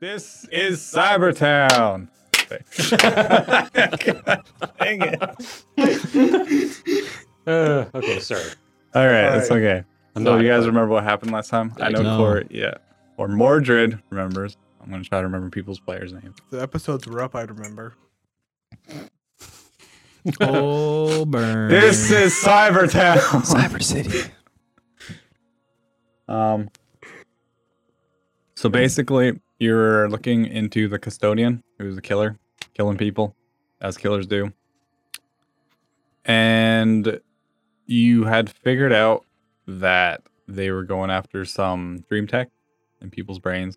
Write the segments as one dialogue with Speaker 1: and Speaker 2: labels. Speaker 1: This is Cybertown. Dang it.
Speaker 2: Uh, okay, sorry.
Speaker 1: All right,
Speaker 3: All
Speaker 1: it's
Speaker 3: right.
Speaker 1: okay.
Speaker 2: I'm
Speaker 1: so
Speaker 2: not-
Speaker 1: you guys remember what happened last time? I
Speaker 2: I
Speaker 1: know
Speaker 4: don't.
Speaker 1: Cor, yeah, or Mordred remembers. I'm gonna try to remember people's players' names.
Speaker 3: The episodes were up, I remember.
Speaker 4: Oh, burn.
Speaker 1: This is Cybertown.
Speaker 4: Cyber City.
Speaker 1: um, so basically, you're looking into the custodian, who's a killer, killing people, as killers do, and you had figured out that they were going after some dream tech in people's brains,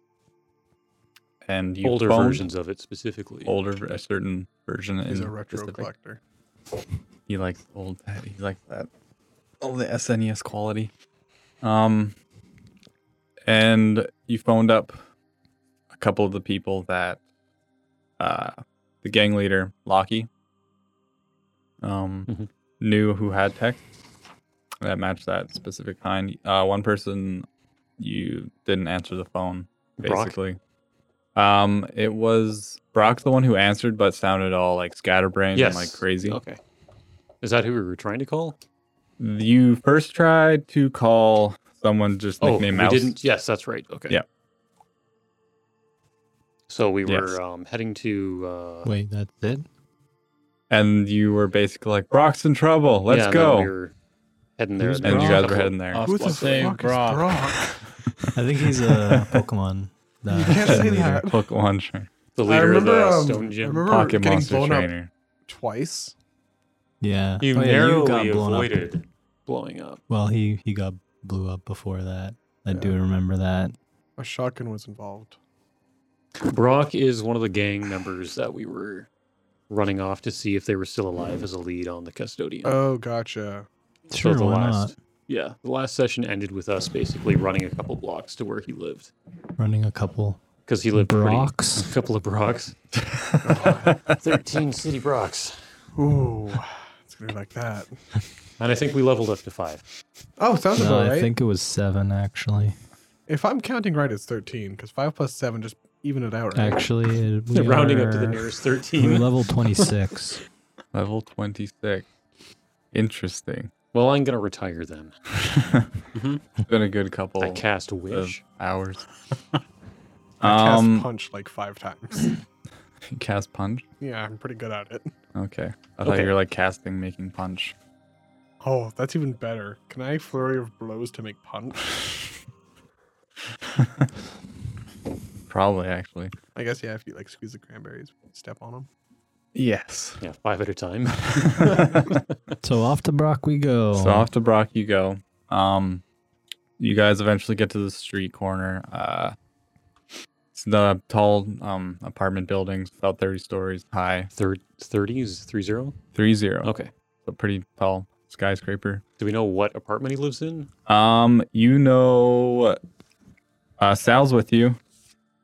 Speaker 1: and you
Speaker 2: older
Speaker 1: phoned-
Speaker 2: versions of it specifically.
Speaker 1: older a certain version
Speaker 3: He's
Speaker 1: in
Speaker 3: a retro
Speaker 1: specific.
Speaker 3: collector.
Speaker 1: he likes old he likes that all the SNES quality um and you phoned up a couple of the people that uh the gang leader Lockie um
Speaker 2: Mhm.
Speaker 1: knew who had tech that matched that specific kind uh one person you didn't answer the phone
Speaker 2: Brock?
Speaker 1: basically um it was Brock's the one who answered but sounded all like scatterbrained
Speaker 2: Yes.
Speaker 1: and like crazy
Speaker 2: Okay. Is that who we were trying to call?
Speaker 1: you first tried to call someone just nicknamed
Speaker 2: Oh, we
Speaker 1: Mouse.
Speaker 2: didn't. Yes, that's right. Okay.
Speaker 1: Yeah.
Speaker 2: So we were
Speaker 1: Yes.
Speaker 2: um, heading to. Uh,
Speaker 4: Wait, that's it?
Speaker 1: And you were basically like, Brock's in trouble. Let's
Speaker 2: yeah, and then
Speaker 1: go.
Speaker 2: We were heading there.
Speaker 4: Who's
Speaker 2: there
Speaker 1: and
Speaker 2: was
Speaker 1: you
Speaker 2: a
Speaker 4: Brock?
Speaker 1: guys were
Speaker 2: couple-
Speaker 1: heading there.
Speaker 4: Oh,
Speaker 3: Who
Speaker 4: Who
Speaker 3: the
Speaker 4: the
Speaker 3: fuck
Speaker 4: say
Speaker 3: is
Speaker 4: fuck
Speaker 3: Brock?
Speaker 4: I think he's a Pokemon. the
Speaker 3: You can't say
Speaker 4: leader.
Speaker 3: that.
Speaker 1: Hook launcher.
Speaker 2: The
Speaker 3: I
Speaker 2: leader
Speaker 3: remember,
Speaker 2: of the
Speaker 3: um,
Speaker 2: Stone
Speaker 3: I
Speaker 2: Gym.
Speaker 3: remember
Speaker 1: Pocket
Speaker 3: getting
Speaker 1: monster
Speaker 3: blown up
Speaker 1: trainer.
Speaker 3: twice.
Speaker 4: Yeah.
Speaker 2: You
Speaker 4: Oh, yeah,
Speaker 2: narrowly
Speaker 4: Up.
Speaker 2: avoided blowing up.
Speaker 4: Well, he, he got blew up before that. I do
Speaker 3: Yeah.
Speaker 4: remember that.
Speaker 3: A Oh, shotgun was involved.
Speaker 2: Brock is one of the gang members that we were running off to see if they were still alive as a lead on the custodian.
Speaker 3: Oh, gotcha.
Speaker 4: Sure,
Speaker 2: the
Speaker 4: why
Speaker 2: last, Yeah, the last session ended with us basically running a couple blocks to where he lived
Speaker 4: not? Running a couple
Speaker 2: because he lived pretty-
Speaker 4: Brocks.
Speaker 2: a couple of Brocks. Thirteen city Brocks.
Speaker 3: Ooh, it's gonna be like that.
Speaker 2: And I think we leveled up to five.
Speaker 3: Oh, sounds
Speaker 4: No,
Speaker 3: about
Speaker 4: I
Speaker 3: right.
Speaker 4: think it was seven actually.
Speaker 3: If I'm counting right, it's thirteen. Because five plus seven just even it out. Right?
Speaker 4: Actually, it, we
Speaker 2: Rounding up to the
Speaker 4: are-
Speaker 2: nearest
Speaker 4: We're
Speaker 2: thirteen.
Speaker 4: level twenty six.
Speaker 1: Level 26. Interesting.
Speaker 2: well, I'm gonna retire then.
Speaker 1: It's been a good couple
Speaker 2: I cast
Speaker 1: of
Speaker 2: wish.
Speaker 1: hours.
Speaker 3: I cast
Speaker 1: um,
Speaker 3: punch like five times.
Speaker 1: cast punch.
Speaker 3: yeah, I'm pretty good at it.
Speaker 1: Okay. I thought
Speaker 2: Okay.
Speaker 1: you were like casting, making punch.
Speaker 3: Oh, that's even better. Can I flurry of blows to make punch?
Speaker 1: Probably, actually.
Speaker 3: I guess yeah. If you like squeeze the cranberries, step on them.
Speaker 1: Yes.
Speaker 2: Yeah, five at a time.
Speaker 4: So off to Brock we go.
Speaker 1: So off to Brock you go. Um, you guys eventually get to the street corner. Uh, it's the tall um, apartment buildings, about 30 stories high.
Speaker 2: Third, thirties, three zero.
Speaker 1: Three zero.
Speaker 2: Okay.
Speaker 1: So pretty tall skyscraper.
Speaker 2: Do we know what apartment he lives in?
Speaker 1: Um, you know, uh, Sal's with you,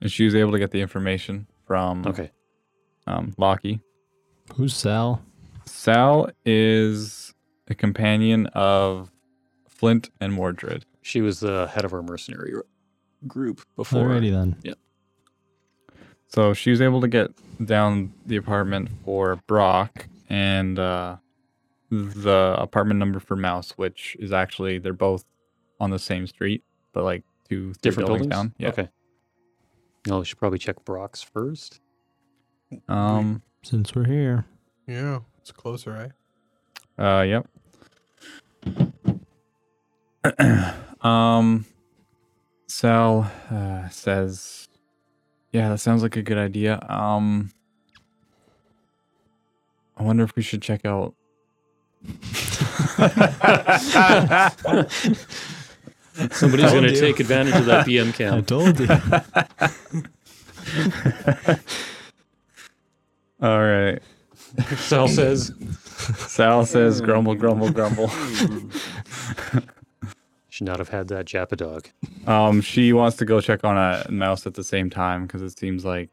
Speaker 1: and she was able to get the information from
Speaker 2: Okay.
Speaker 1: um, Lockie.
Speaker 4: Who's Sal?
Speaker 1: Sal is a companion of Flint and Mordred.
Speaker 2: She was the head of our mercenary group before.
Speaker 4: Alrighty then.
Speaker 1: So she was able to get down the apartment for Brock and uh, the apartment number for Mouse, which is actually they're both on the same street, but like two three
Speaker 2: Different buildings?
Speaker 1: down. Yeah.
Speaker 2: Okay. No, we should probably check Brock's first.
Speaker 1: Um.
Speaker 4: Since we're here,
Speaker 3: Yeah, it's closer, right?
Speaker 1: Uh. Yep. um. Sal uh, says, "Yeah, that sounds like a good idea. Um. I wonder if we should check out."
Speaker 2: Somebody's
Speaker 4: Told
Speaker 2: going to
Speaker 4: you.
Speaker 2: take advantage of that BM
Speaker 4: I
Speaker 2: cam.
Speaker 4: told you.
Speaker 1: All right.
Speaker 2: Sal says
Speaker 1: Sal says, "Grumble, grumble, grumble."
Speaker 2: should not have had that Japa dog.
Speaker 1: Um, she wants to go check on a mouse at the same time because it seems like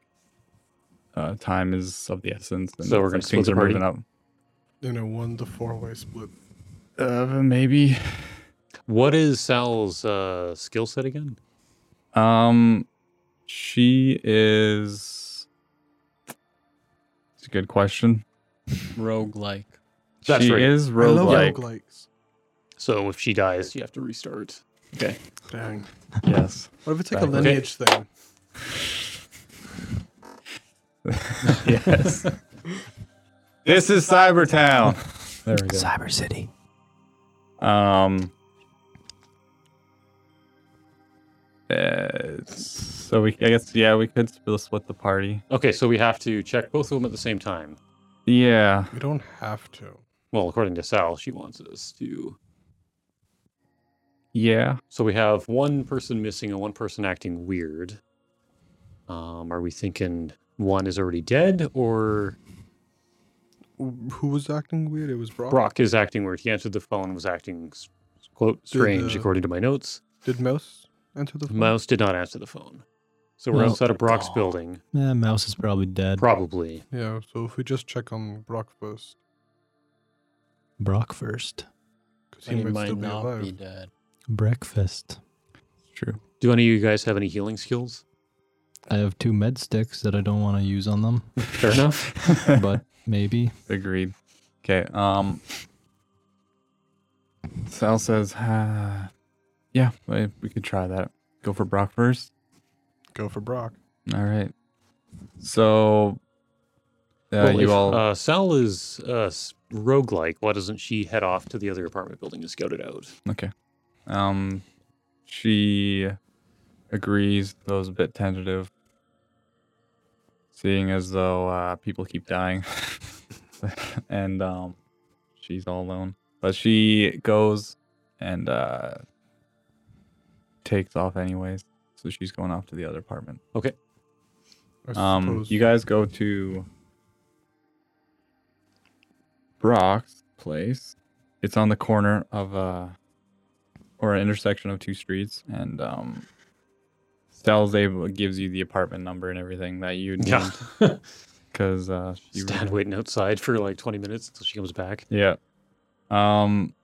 Speaker 1: uh, time is of the essence.
Speaker 2: So we're
Speaker 1: it's
Speaker 2: gonna
Speaker 1: like
Speaker 2: split
Speaker 1: things
Speaker 2: the
Speaker 1: are
Speaker 2: party?
Speaker 1: moving up.
Speaker 3: In a one to four way split.
Speaker 1: Uh, maybe.
Speaker 2: What is Sal's uh, skill set again?
Speaker 1: Um, She is. It's a good question.
Speaker 5: Roguelike.
Speaker 2: That's
Speaker 1: she
Speaker 2: right.
Speaker 1: is
Speaker 3: I love
Speaker 1: roguelike.
Speaker 3: roguelikes.
Speaker 2: So if she dies, you have to restart. Okay.
Speaker 3: Dang.
Speaker 1: Yes.
Speaker 3: What if it's like
Speaker 1: Right, okay.
Speaker 3: a lineage thing?
Speaker 1: yes. this is Cybertown.
Speaker 5: There we go.
Speaker 4: Cyber City.
Speaker 1: Um. uh, so we, I guess, yeah, we could split split the party.
Speaker 2: Okay, so we have to check both of them at the same time.
Speaker 1: Yeah.
Speaker 3: We don't have to.
Speaker 2: Well, according to Sal, she wants us to.
Speaker 1: Yeah.
Speaker 2: So we have one person missing and one person acting weird. Um, are we thinking one is already dead or
Speaker 3: Wh- Who was acting weird? It was Brock.
Speaker 2: Brock is acting weird? He answered the phone, was acting s- quote strange
Speaker 3: uh,
Speaker 2: according to my notes.
Speaker 3: Did Mouse enter the phone?
Speaker 2: Mouse did not answer the phone, so we're
Speaker 4: Well,
Speaker 2: outside of Brock's
Speaker 4: oh.
Speaker 2: building,
Speaker 4: Eh, Mouse is probably dead.
Speaker 2: probably.
Speaker 3: Yeah, so if we just check on Brock first,
Speaker 4: Brock first.
Speaker 3: because
Speaker 5: But
Speaker 3: he
Speaker 5: he
Speaker 3: might still
Speaker 5: might
Speaker 3: be
Speaker 5: not
Speaker 3: alive.
Speaker 5: be dead.
Speaker 4: Breakfast.
Speaker 1: It's true.
Speaker 2: Do any of you guys have any healing skills?
Speaker 4: I have two med sticks that I don't want to use on them,
Speaker 2: Fair enough.
Speaker 4: but maybe.
Speaker 1: Agreed. Okay. Um. Sal says, uh, "Yeah, we we could try that. Go for Brock first.
Speaker 3: Go for Brock.
Speaker 1: All right. So, uh,
Speaker 2: Well,
Speaker 1: you
Speaker 2: if,
Speaker 1: all.
Speaker 2: Uh, Sal is uh, s- roguelike. Why doesn't she head off to the other apartment building to scout it out?
Speaker 1: Okay. Um, she agrees. Those a bit tentative, seeing as though uh, people keep dying, and um, she's all alone. But she goes and uh, takes off anyways. So she's going off to the other apartment.
Speaker 3: I
Speaker 1: Um,
Speaker 3: suppose.
Speaker 1: you guys go to Brock's place. It's on the corner of a or an intersection of two streets, and um, Sal's able gives you the apartment number and everything that you need
Speaker 2: Yeah.
Speaker 1: because uh, she
Speaker 2: Stand waiting outside for like 20 minutes until she comes back.
Speaker 1: yeah. Um,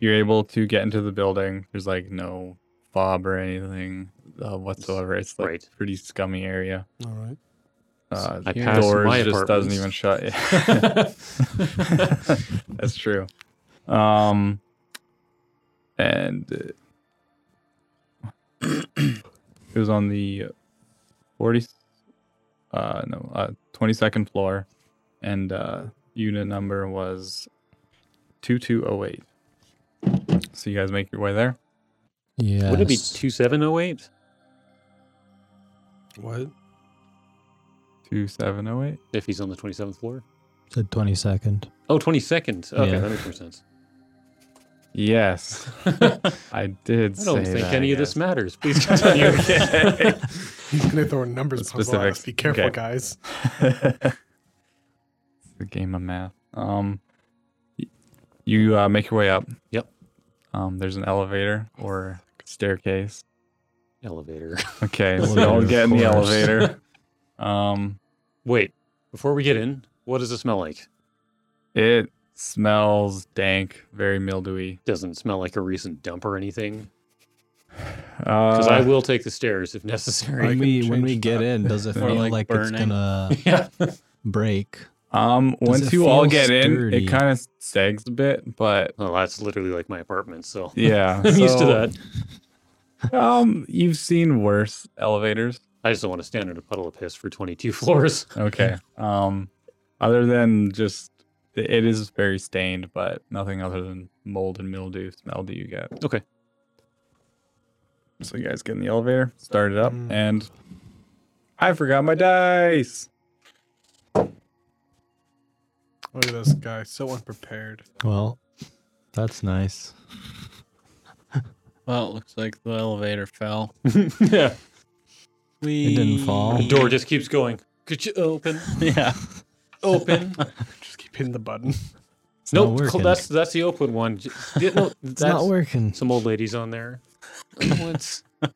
Speaker 1: you're able to get into the building. There's like no fob or anything uh, whatsoever. It's like
Speaker 2: Right.
Speaker 1: pretty scummy area.
Speaker 3: All right.
Speaker 1: Uh,
Speaker 2: I
Speaker 1: the
Speaker 2: passed
Speaker 1: doors
Speaker 2: my
Speaker 1: just doesn't
Speaker 2: apartments.
Speaker 1: even shut. That's true. Um, and uh, it was on the forty, uh, no, uh, twenty second floor, and uh, unit number was two two zero eight. So you guys make your way there.
Speaker 4: Yeah.
Speaker 2: Would it be 2708?
Speaker 3: What?
Speaker 1: Two seven zero eight.
Speaker 2: If he's on the 27th floor?
Speaker 4: Said 22nd.
Speaker 2: Oh, 22nd. Okay,
Speaker 4: Yeah.
Speaker 2: that makes more sense.
Speaker 1: Yes, I did.
Speaker 2: I don't
Speaker 1: say
Speaker 2: think
Speaker 1: that,
Speaker 2: any
Speaker 1: I
Speaker 2: of this
Speaker 1: guess.
Speaker 2: matters. Please continue.
Speaker 3: He's gonna throw numbers. Specifics.
Speaker 1: Specifics.
Speaker 3: Us. Be careful,
Speaker 1: Okay.
Speaker 3: guys.
Speaker 1: it's a game of math. Um, y- you uh, make your way up.
Speaker 2: Yep.
Speaker 1: Um, there's an elevator or staircase.
Speaker 2: Elevator.
Speaker 1: Okay, so
Speaker 4: Elevator,
Speaker 1: don't
Speaker 4: of
Speaker 1: get in the
Speaker 4: course.
Speaker 1: elevator. Um,
Speaker 2: Wait, before we get in, what does it smell like?
Speaker 1: it smells dank, very mildewy.
Speaker 2: Doesn't smell like a recent dump or anything. Because I
Speaker 1: Uh,
Speaker 2: will take the stairs if necessary.
Speaker 4: When
Speaker 3: can
Speaker 4: we when
Speaker 3: change
Speaker 4: we get
Speaker 3: that.
Speaker 4: in, does it
Speaker 5: Or
Speaker 4: feel
Speaker 5: like
Speaker 4: like, it's
Speaker 5: burning.
Speaker 4: gonna
Speaker 2: yeah.
Speaker 4: break?
Speaker 1: um,
Speaker 4: Does
Speaker 1: once
Speaker 4: it
Speaker 1: you all
Speaker 4: feel
Speaker 1: get in,
Speaker 4: sturdy?
Speaker 1: it kind of sags a bit, but
Speaker 2: Well, that's literally like my apartment, so
Speaker 1: yeah,
Speaker 2: I'm used to
Speaker 1: so,
Speaker 2: that.
Speaker 1: Um, you've seen worse elevators.
Speaker 2: I just don't want to stand in a puddle of piss for 22 floors.
Speaker 1: Okay. Um, other than just it is very stained, but nothing other than mold and mildew smell do you get.
Speaker 2: Okay.
Speaker 1: So you guys get in the elevator, start it up,
Speaker 3: Mm.
Speaker 1: and I forgot my dice.
Speaker 3: Look at this guy. So unprepared.
Speaker 4: Well, that's nice.
Speaker 5: Well, it looks like the elevator fell.
Speaker 2: yeah.
Speaker 5: We
Speaker 4: didn't fall? The
Speaker 2: Door just keeps going. Could you open?
Speaker 5: yeah.
Speaker 2: Open.
Speaker 3: Just keep hitting the button.
Speaker 4: It's not
Speaker 2: nope.
Speaker 4: working.
Speaker 2: cl- That's that's the open one. J- yeah, no,
Speaker 4: it's not
Speaker 2: that's-
Speaker 4: working.
Speaker 2: Some old ladies on there. What's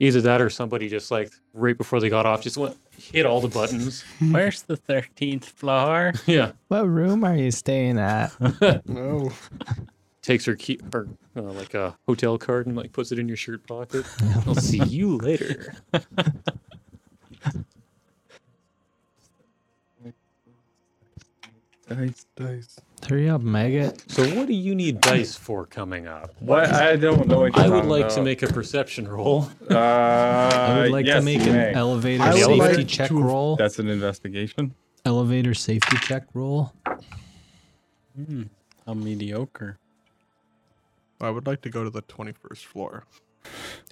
Speaker 2: either that or somebody just like right before they got off just went hit all the buttons.
Speaker 5: Where's the thirteenth floor?
Speaker 2: Yeah.
Speaker 4: What room are you staying at?
Speaker 3: No.
Speaker 2: takes her key or uh, like a hotel card and like puts it in your shirt pocket. I'll see you later.
Speaker 1: Dice.
Speaker 3: Dice.
Speaker 4: Hurry up, maggot.
Speaker 2: So what do you need dice for coming up?
Speaker 1: What? I don't know. What
Speaker 2: I would like to make a perception roll.
Speaker 1: Uh,
Speaker 4: I would like to make an elevator
Speaker 3: I
Speaker 2: would
Speaker 4: safety
Speaker 3: like
Speaker 4: check
Speaker 3: to-
Speaker 4: roll.
Speaker 1: That's an investigation.
Speaker 4: Elevator safety check roll.
Speaker 5: Hmm. How mediocre.
Speaker 3: I would like to go to the 21st floor.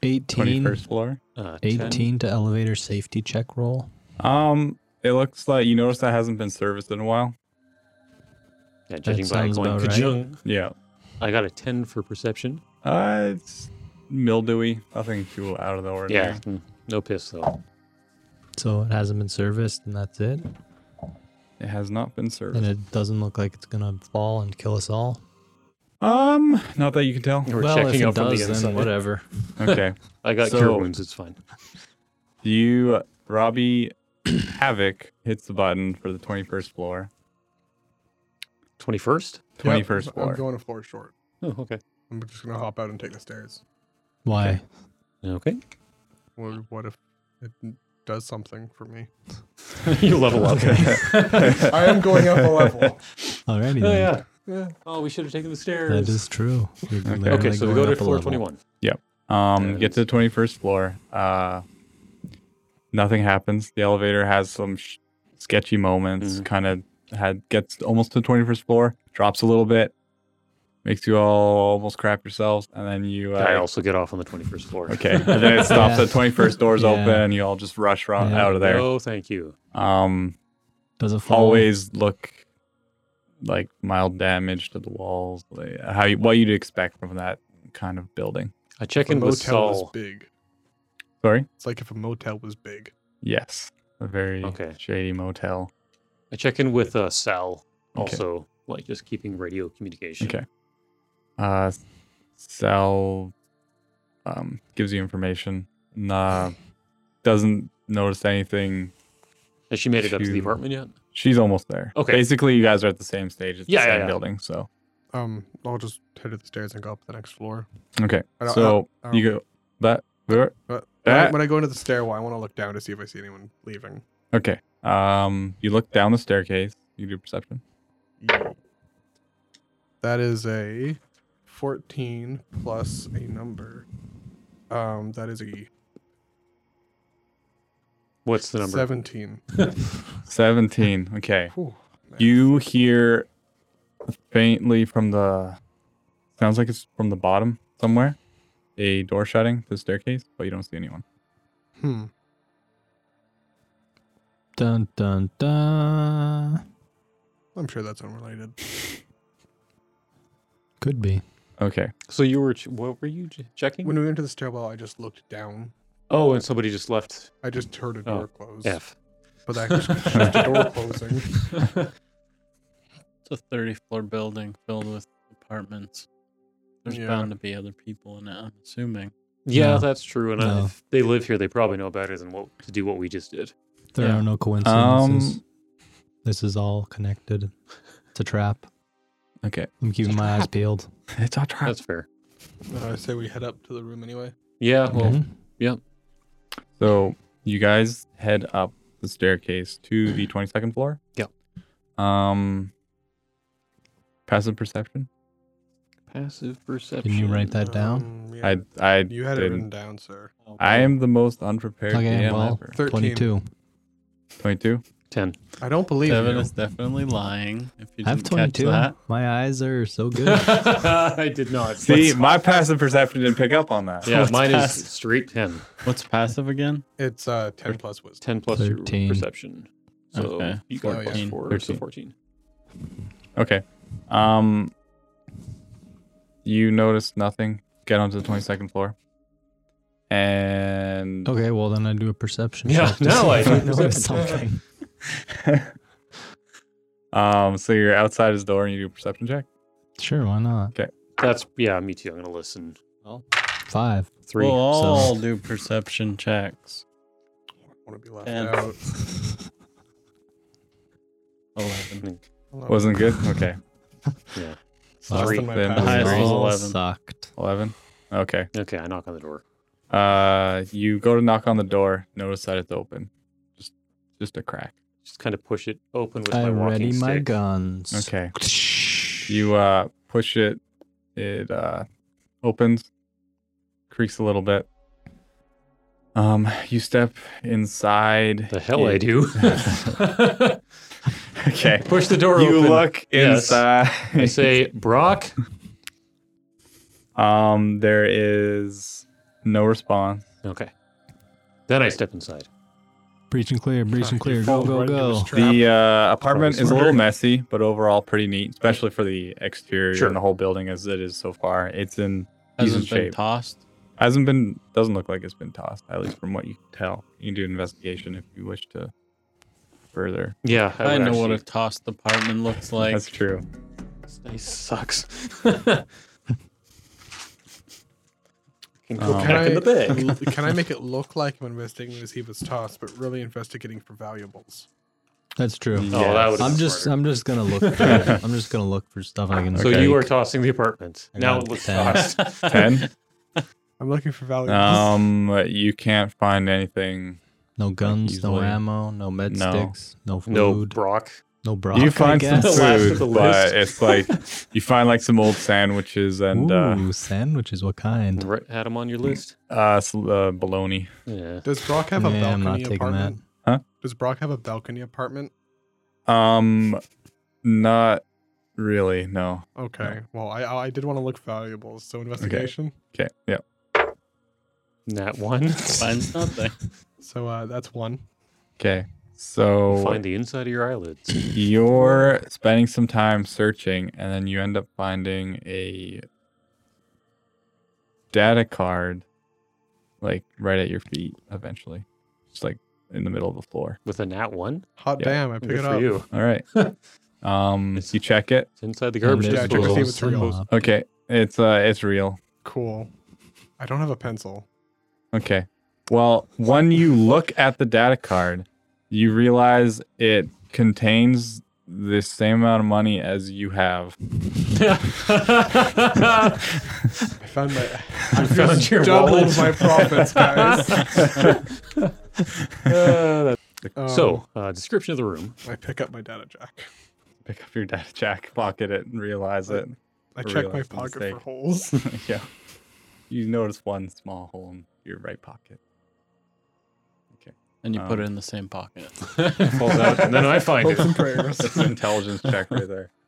Speaker 4: 18.
Speaker 1: Twenty-first floor.
Speaker 2: Uh, 10.
Speaker 4: 18 to elevator safety check roll.
Speaker 1: Um, it looks like you notice that hasn't been serviced in a while.
Speaker 2: Yeah, judging by it
Speaker 4: sounds
Speaker 2: going
Speaker 4: about right.
Speaker 2: ka-chung,
Speaker 1: Yeah.
Speaker 2: I got a ten for perception.
Speaker 1: Uh, it's mildewy. Nothing too out of the ordinary.
Speaker 2: Yeah, mm, no piss though.
Speaker 4: So it hasn't been serviced, and that's it.
Speaker 1: It has not been
Speaker 4: And
Speaker 1: serviced.
Speaker 4: it doesn't look like it's gonna fall and kill us all.
Speaker 1: Um, not that you can tell.
Speaker 2: We're
Speaker 4: well, if
Speaker 2: checking
Speaker 4: it
Speaker 2: out from the
Speaker 4: does, then
Speaker 2: inside.
Speaker 4: whatever.
Speaker 1: Okay.
Speaker 2: I got
Speaker 1: So-
Speaker 2: cure wounds. It's fine.
Speaker 1: you, Robbie Havoc, hits the button for the 21st floor.
Speaker 2: Twenty first.
Speaker 3: Yep,
Speaker 1: 21st
Speaker 3: I'm
Speaker 1: floor.
Speaker 3: going a floor short.
Speaker 2: Oh, okay.
Speaker 3: I'm just gonna hop out and take the stairs.
Speaker 4: Why?
Speaker 2: Okay.
Speaker 3: Well, what if it does something for me?
Speaker 2: you level up.
Speaker 3: I am going up a level.
Speaker 4: Alrighty
Speaker 2: Oh
Speaker 4: then.
Speaker 2: yeah.
Speaker 3: Yeah.
Speaker 2: Oh, we should have taken the stairs.
Speaker 4: That is true. You're
Speaker 2: okay,
Speaker 4: literally
Speaker 2: so we go
Speaker 4: going
Speaker 2: to
Speaker 4: up a
Speaker 2: floor
Speaker 4: level.
Speaker 2: twenty one.
Speaker 1: Um,
Speaker 2: That
Speaker 1: get to the twenty first floor. Uh, nothing happens. The elevator has some sh- sketchy moments.
Speaker 2: Mhm.
Speaker 1: Kind of had gets almost to the twenty first floor, drops a little bit, makes you all almost crap yourselves, and then you. Uh,
Speaker 2: I also get off on the twenty first floor.
Speaker 1: Okay, and then it stops.
Speaker 4: Yeah.
Speaker 1: The twenty first doors
Speaker 4: Yeah.
Speaker 1: open, and you all just rush ro-
Speaker 4: Yeah.
Speaker 1: out of there.
Speaker 2: No, thank you.
Speaker 1: Um,
Speaker 4: Does it fall?
Speaker 1: always look like mild damage to the walls. Like how you, what you'd expect from that kind of building.
Speaker 2: I
Speaker 3: If
Speaker 2: check
Speaker 3: a
Speaker 2: in with
Speaker 3: motel was
Speaker 2: Saul.
Speaker 3: big.
Speaker 1: Sorry.
Speaker 3: It's like if a motel was big.
Speaker 1: Yes, a very
Speaker 2: Okay.
Speaker 1: shady motel.
Speaker 2: I check in with uh, Sal.
Speaker 1: Okay.
Speaker 2: Also, like just keeping radio communication.
Speaker 1: Okay. Uh, Sal um, gives you information. Nah, doesn't notice anything.
Speaker 2: Has she made it up to the
Speaker 1: Two.
Speaker 2: apartment yet?
Speaker 1: She's almost there.
Speaker 2: Okay.
Speaker 1: Basically, you guys are at the same stage. It's
Speaker 2: Yeah,
Speaker 1: the
Speaker 2: yeah,
Speaker 1: same
Speaker 2: yeah.
Speaker 1: building. So
Speaker 3: Um, I'll just head to the stairs and go up to the next floor.
Speaker 1: okay.
Speaker 3: I don't-
Speaker 1: So
Speaker 3: I
Speaker 1: you
Speaker 3: don't-
Speaker 1: go that. there,
Speaker 3: But when, I,
Speaker 1: that.
Speaker 3: when I go into the stairwell, I want to look down to see if I see anyone leaving.
Speaker 1: Okay. Um, you look down the staircase. You do perception.
Speaker 3: That is a 14 plus a number. Um, that is a
Speaker 2: What's the number?
Speaker 3: 17.
Speaker 1: Seventeen. Okay.
Speaker 3: Whew, man.
Speaker 1: You hear faintly from the sounds like it's from the bottom somewhere. A door shutting to the staircase, but you don't see anyone.
Speaker 3: Hmm.
Speaker 4: Dun dun dun.
Speaker 3: I'm sure that's unrelated.
Speaker 4: Could be.
Speaker 1: Okay.
Speaker 2: So you were ch- what were you ch- checking?
Speaker 3: When we went to the stairwell, I just looked down.
Speaker 2: oh, and somebody just left.
Speaker 3: I just heard a
Speaker 2: Oh,
Speaker 3: door close.
Speaker 2: F.
Speaker 3: But that was just a door closing.
Speaker 5: It's a 30 floor building filled with apartments. There's
Speaker 3: Yeah.
Speaker 5: bound to be other people in it, I'm assuming.
Speaker 2: Yeah,
Speaker 4: No.
Speaker 2: that's true. And I-
Speaker 4: No.
Speaker 2: if they live here, they probably know better than what to do what we just did.
Speaker 4: There
Speaker 5: Yeah.
Speaker 4: are no coincidences.
Speaker 1: Um.
Speaker 4: this is all connected. It's a trap.
Speaker 1: Okay.
Speaker 4: I'm keeping my eyes peeled.
Speaker 1: It's a
Speaker 4: Ah.
Speaker 1: trap.
Speaker 2: That's fair.
Speaker 3: Uh, I say we head up to the room anyway.
Speaker 2: Yeah. Well,
Speaker 4: Mhm.
Speaker 1: So you guys head up the staircase to the twenty second floor.
Speaker 2: Yep.
Speaker 1: Um. Passive perception.
Speaker 2: passive perception.
Speaker 4: Can you write that down?
Speaker 3: Um, yeah.
Speaker 1: I I
Speaker 3: you had it
Speaker 1: didn't.
Speaker 3: written down, sir.
Speaker 1: I am the most unprepared
Speaker 4: Okay,
Speaker 1: DM
Speaker 4: well-
Speaker 1: ever.
Speaker 3: 13.
Speaker 4: 22.
Speaker 1: Twenty two.
Speaker 2: Ten.
Speaker 3: I don't believe
Speaker 5: Devin
Speaker 3: you.
Speaker 5: is definitely lying. If you
Speaker 4: I have
Speaker 5: didn't catch
Speaker 4: 22.
Speaker 5: that,
Speaker 4: My eyes are so good.
Speaker 2: I did not.
Speaker 1: See, my passive perception didn't pick up on that.
Speaker 2: Yeah,
Speaker 5: What's
Speaker 2: mine
Speaker 5: passive?
Speaker 2: is straight ten.
Speaker 5: what's passive again?
Speaker 3: It's uh, 10 plus wisdom.
Speaker 2: Ten plus your
Speaker 4: 13.
Speaker 2: perception. So
Speaker 5: Okay.
Speaker 2: you got
Speaker 3: Oh,
Speaker 2: plus
Speaker 3: yeah.
Speaker 2: four, so
Speaker 1: 13.
Speaker 2: fourteen.
Speaker 1: Okay. Um you notice nothing. Get onto the 22nd floor. And
Speaker 4: okay, well, then I do a perception.
Speaker 2: Yeah,
Speaker 4: check to
Speaker 2: now
Speaker 4: see
Speaker 2: I
Speaker 4: if
Speaker 2: do a
Speaker 4: notice
Speaker 2: perception check.
Speaker 4: something.
Speaker 1: um so you're outside his door and you do a perception check.
Speaker 4: Sure, why not?
Speaker 2: That's yeah. Me too. I'm gonna listen.
Speaker 4: Five.
Speaker 2: Three.
Speaker 5: We'll
Speaker 4: so-
Speaker 5: all do perception checks.
Speaker 3: want to be left
Speaker 5: Ten.
Speaker 3: out.
Speaker 5: 11.
Speaker 3: Hello.
Speaker 1: Wasn't good? Okay.
Speaker 2: Yeah.
Speaker 3: Less
Speaker 2: Three.
Speaker 3: than my
Speaker 1: Then
Speaker 3: pass.
Speaker 1: the
Speaker 2: Highest
Speaker 1: three.
Speaker 2: was
Speaker 4: all
Speaker 2: 11.
Speaker 4: sucked.
Speaker 1: Eleven. Okay.
Speaker 2: Okay, I knock on the door.
Speaker 1: Uh, you go to knock on the door. Notice that it's open. Just, just a crack.
Speaker 2: Just kind of push it open with
Speaker 4: I
Speaker 2: my walking
Speaker 4: ready
Speaker 2: stick. Oh,
Speaker 4: my guns.
Speaker 1: Okay. You uh push it. It uh opens. Creaks a little bit. Um, you step inside.
Speaker 2: The hell I
Speaker 1: It-
Speaker 2: do.
Speaker 1: Okay.
Speaker 2: push the door
Speaker 1: you
Speaker 2: open.
Speaker 1: look
Speaker 2: Yes.
Speaker 1: inside.
Speaker 2: I say, Brock,
Speaker 1: um, there is no response.
Speaker 2: Okay. Then I step inside.
Speaker 4: Breach and clear, breach and clear.
Speaker 3: You
Speaker 4: Go,
Speaker 3: fall
Speaker 4: go,
Speaker 3: right into
Speaker 4: go.
Speaker 3: this trap.
Speaker 1: The uh, apartment is a
Speaker 3: smart.
Speaker 1: little messy, but overall pretty neat, especially for the exterior
Speaker 2: Sure.
Speaker 1: and the whole building as it is so far. It's in
Speaker 5: Hasn't
Speaker 1: decent
Speaker 5: been
Speaker 1: shape.
Speaker 5: tossed.
Speaker 1: Hasn't been doesn't look like it's been tossed, at least from what you can tell. You can do an investigation if you wish to further.
Speaker 2: Yeah,
Speaker 5: I,
Speaker 2: would
Speaker 5: know what a
Speaker 2: actually-
Speaker 5: tossed apartment looks like.
Speaker 1: That's true.
Speaker 2: this place sucks. Can go
Speaker 1: Um,
Speaker 2: uh, back in the bag.
Speaker 3: I, can I make it look like I'm investigating as he was tossed, but really investigating for valuables?
Speaker 4: That's true.
Speaker 2: Oh, that would.
Speaker 4: I'm just, I'm just gonna look. For, I'm just gonna look for stuff I can.
Speaker 2: So
Speaker 1: Okay.
Speaker 2: you are tossing the apartment.
Speaker 4: I
Speaker 2: now
Speaker 4: got
Speaker 2: it looks
Speaker 4: ten.
Speaker 2: tossed.
Speaker 1: Ten.
Speaker 3: I'm looking for valuables.
Speaker 1: Um, you can't find anything.
Speaker 4: no guns, no
Speaker 1: Easily.
Speaker 4: ammo, no med
Speaker 1: No.
Speaker 4: sticks, no food,
Speaker 2: No,
Speaker 4: no,
Speaker 2: Brock.
Speaker 4: Brock.
Speaker 1: you find some
Speaker 4: I guess.
Speaker 2: The last of
Speaker 1: food,
Speaker 2: the list.
Speaker 1: but it's like you find like some old sandwiches and uh,
Speaker 4: Ooh, sandwiches. What kind?
Speaker 2: Right, had him on your list.
Speaker 1: uh, s- uh bologna.
Speaker 2: Yeah.
Speaker 3: Does Brock have a
Speaker 4: Yeah, I'm not
Speaker 3: balcony
Speaker 4: taking
Speaker 3: apartment?
Speaker 1: that. Huh?
Speaker 3: Does Brock have a balcony apartment?
Speaker 1: Um, not really. No.
Speaker 3: Okay. Well, I I did want to look valuables, so investigation.
Speaker 1: Okay. Yeah.
Speaker 2: That one.
Speaker 5: Finds nothing.
Speaker 3: So uh, that's one.
Speaker 1: Okay. So
Speaker 2: Find the inside of your eyelids.
Speaker 1: you're spending some time searching, and then you end up finding a data card, like right at your feet. Eventually, just like in the middle of the floor.
Speaker 2: With a nat one.
Speaker 3: Hot
Speaker 1: Yeah.
Speaker 3: damn! I pick
Speaker 2: Good
Speaker 3: it
Speaker 2: for
Speaker 3: up.
Speaker 2: you.
Speaker 1: All right. Um,
Speaker 2: It's-
Speaker 1: you check it.
Speaker 2: It's inside the
Speaker 4: And
Speaker 2: garbage
Speaker 4: there's
Speaker 3: Yeah, I check
Speaker 2: disposal.
Speaker 3: the
Speaker 4: little
Speaker 3: materials.
Speaker 4: slop.
Speaker 1: Okay. It's uh, it's real.
Speaker 3: Cool. I don't have a pencil.
Speaker 1: Okay. Well, when you look at the data card, you realize it contains the same amount of money as you have.
Speaker 3: I found my.
Speaker 2: I found your
Speaker 3: doubled
Speaker 2: wallet.
Speaker 3: my profits, guys.
Speaker 2: Uh,
Speaker 3: Um,
Speaker 2: so, uh, description of the room.
Speaker 3: I pick up my data jack.
Speaker 1: Pick up your data jack, pocket it, and realize it.
Speaker 3: I check my
Speaker 1: Realized
Speaker 3: pocket for
Speaker 1: mistake.
Speaker 3: holes.
Speaker 1: yeah. You notice one small hole in your right pocket.
Speaker 5: And you
Speaker 1: Um,
Speaker 5: put it in the same pocket.
Speaker 2: Falls out, and then I find
Speaker 3: Hopes and
Speaker 2: it.
Speaker 3: prayers.
Speaker 1: That's an intelligence check right there.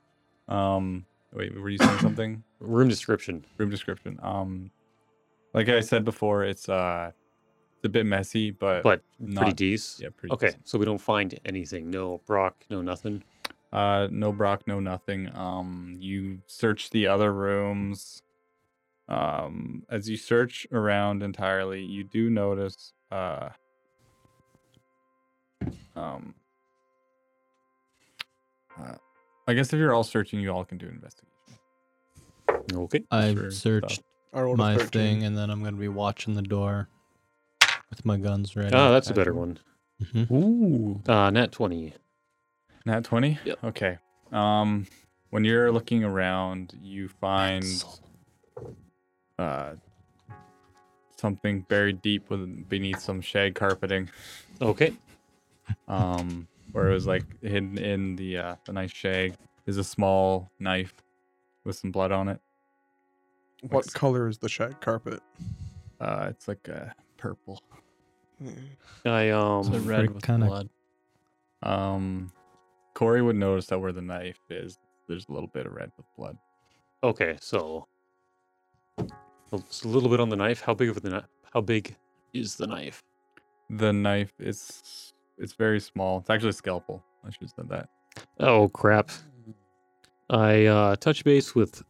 Speaker 1: Um, wait, were you saying something?
Speaker 2: Room description.
Speaker 1: room description. Um, like I said before, it's uh, it's a bit messy, but
Speaker 2: But
Speaker 1: not
Speaker 2: Pretty decent.
Speaker 1: yeah, pretty
Speaker 2: Okay,
Speaker 1: decent.
Speaker 2: so we don't find anything. No Brock, no nothing.
Speaker 1: Uh, no Brock, no nothing. Um, you search the other rooms. Um, as you search around entirely, you do notice uh, um, uh, I guess if you're all searching, you all can do investigation.
Speaker 2: Okay.
Speaker 1: Sure,
Speaker 4: I've
Speaker 1: so.
Speaker 4: searched
Speaker 3: I rolled a
Speaker 4: my
Speaker 3: 13.
Speaker 4: thing, and then I'm gonna be watching the door with my guns ready.
Speaker 2: Ah, that's a better one.
Speaker 4: Mhm.
Speaker 2: Ooh. Uh, net 20.
Speaker 1: Nat 20?
Speaker 2: Yep.
Speaker 1: Okay. Um when you're looking around, you find uh something buried deep with beneath some shag carpeting.
Speaker 2: Okay.
Speaker 1: Um where it was like hidden in the uh the nice shag is a small knife with some blood on it.
Speaker 3: What color is the shag carpet?
Speaker 1: Uh it's like uh purple.
Speaker 2: I,
Speaker 5: So
Speaker 2: um,
Speaker 5: red with
Speaker 4: kinda-
Speaker 5: blood.
Speaker 1: Um Corey would notice that where the knife is, there's a little bit of red with blood.
Speaker 2: okay, so. Just a little bit on the knife. How big of the knife? How big is the knife?
Speaker 1: The knife is it's very small. It's actually a scalpel. I should have said that.
Speaker 2: Oh, crap. I uh, touch base with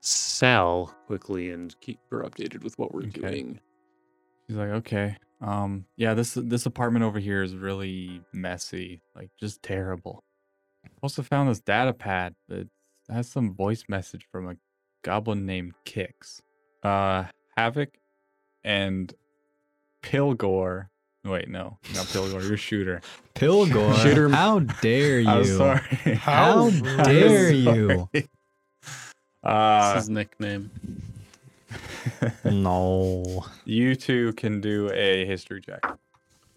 Speaker 2: Sal quickly and keep her updated with what we're
Speaker 1: Okay.
Speaker 2: doing.
Speaker 1: She's like, okay, um, yeah, this this apartment over here is really messy, like just terrible. Also found this data pad that has some voice message from a goblin named Kix. Uh, Havoc and Pilgore. Wait, no, not Pilgore. Your shooter.
Speaker 4: Pilgor.
Speaker 2: Shooter-
Speaker 4: How dare you?
Speaker 1: I'm sorry.
Speaker 4: How
Speaker 3: How
Speaker 4: dare
Speaker 1: I'm
Speaker 4: you?
Speaker 1: sorry. Uh,
Speaker 5: his nickname.
Speaker 4: No.
Speaker 1: you two can do a history check.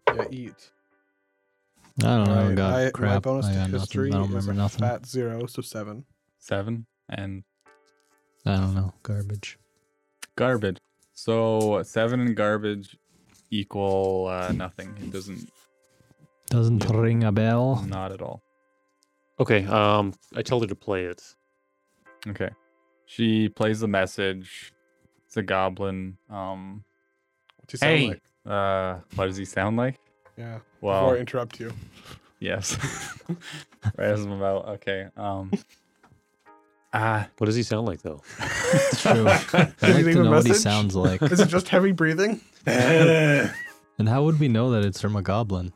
Speaker 3: Yeah, eat.
Speaker 4: Oh, I don't know.
Speaker 3: Alright,
Speaker 4: God,
Speaker 3: I- my
Speaker 4: crap.
Speaker 3: bonus
Speaker 4: I
Speaker 3: to
Speaker 4: got
Speaker 3: history
Speaker 4: nothing. I don't
Speaker 3: is
Speaker 4: remember
Speaker 3: a
Speaker 4: nothing.
Speaker 3: fat zero, so seven.
Speaker 1: Seven and
Speaker 4: I don't know. Garbage.
Speaker 1: garbage. So seven and garbage equal uh, nothing. It doesn't.
Speaker 4: Doesn't ring a bell.
Speaker 1: Not at all.
Speaker 2: Okay, um, I told her to play it.
Speaker 1: Okay. She plays the message. It's a goblin. Um.
Speaker 3: What's he sound
Speaker 2: Hey.
Speaker 3: like?
Speaker 1: Uh. What does he sound like?
Speaker 3: Yeah.
Speaker 1: Well.
Speaker 3: Before I interrupt you.
Speaker 1: Yes. Rasmavel. Okay. Um. Ah.
Speaker 2: What does he sound like though?
Speaker 4: It's true. I'd
Speaker 3: he
Speaker 4: like
Speaker 3: leave
Speaker 4: to
Speaker 3: a
Speaker 4: know what he
Speaker 3: message?
Speaker 4: sounds like.
Speaker 3: Is it just heavy breathing?
Speaker 4: And how would we know that it's from a goblin?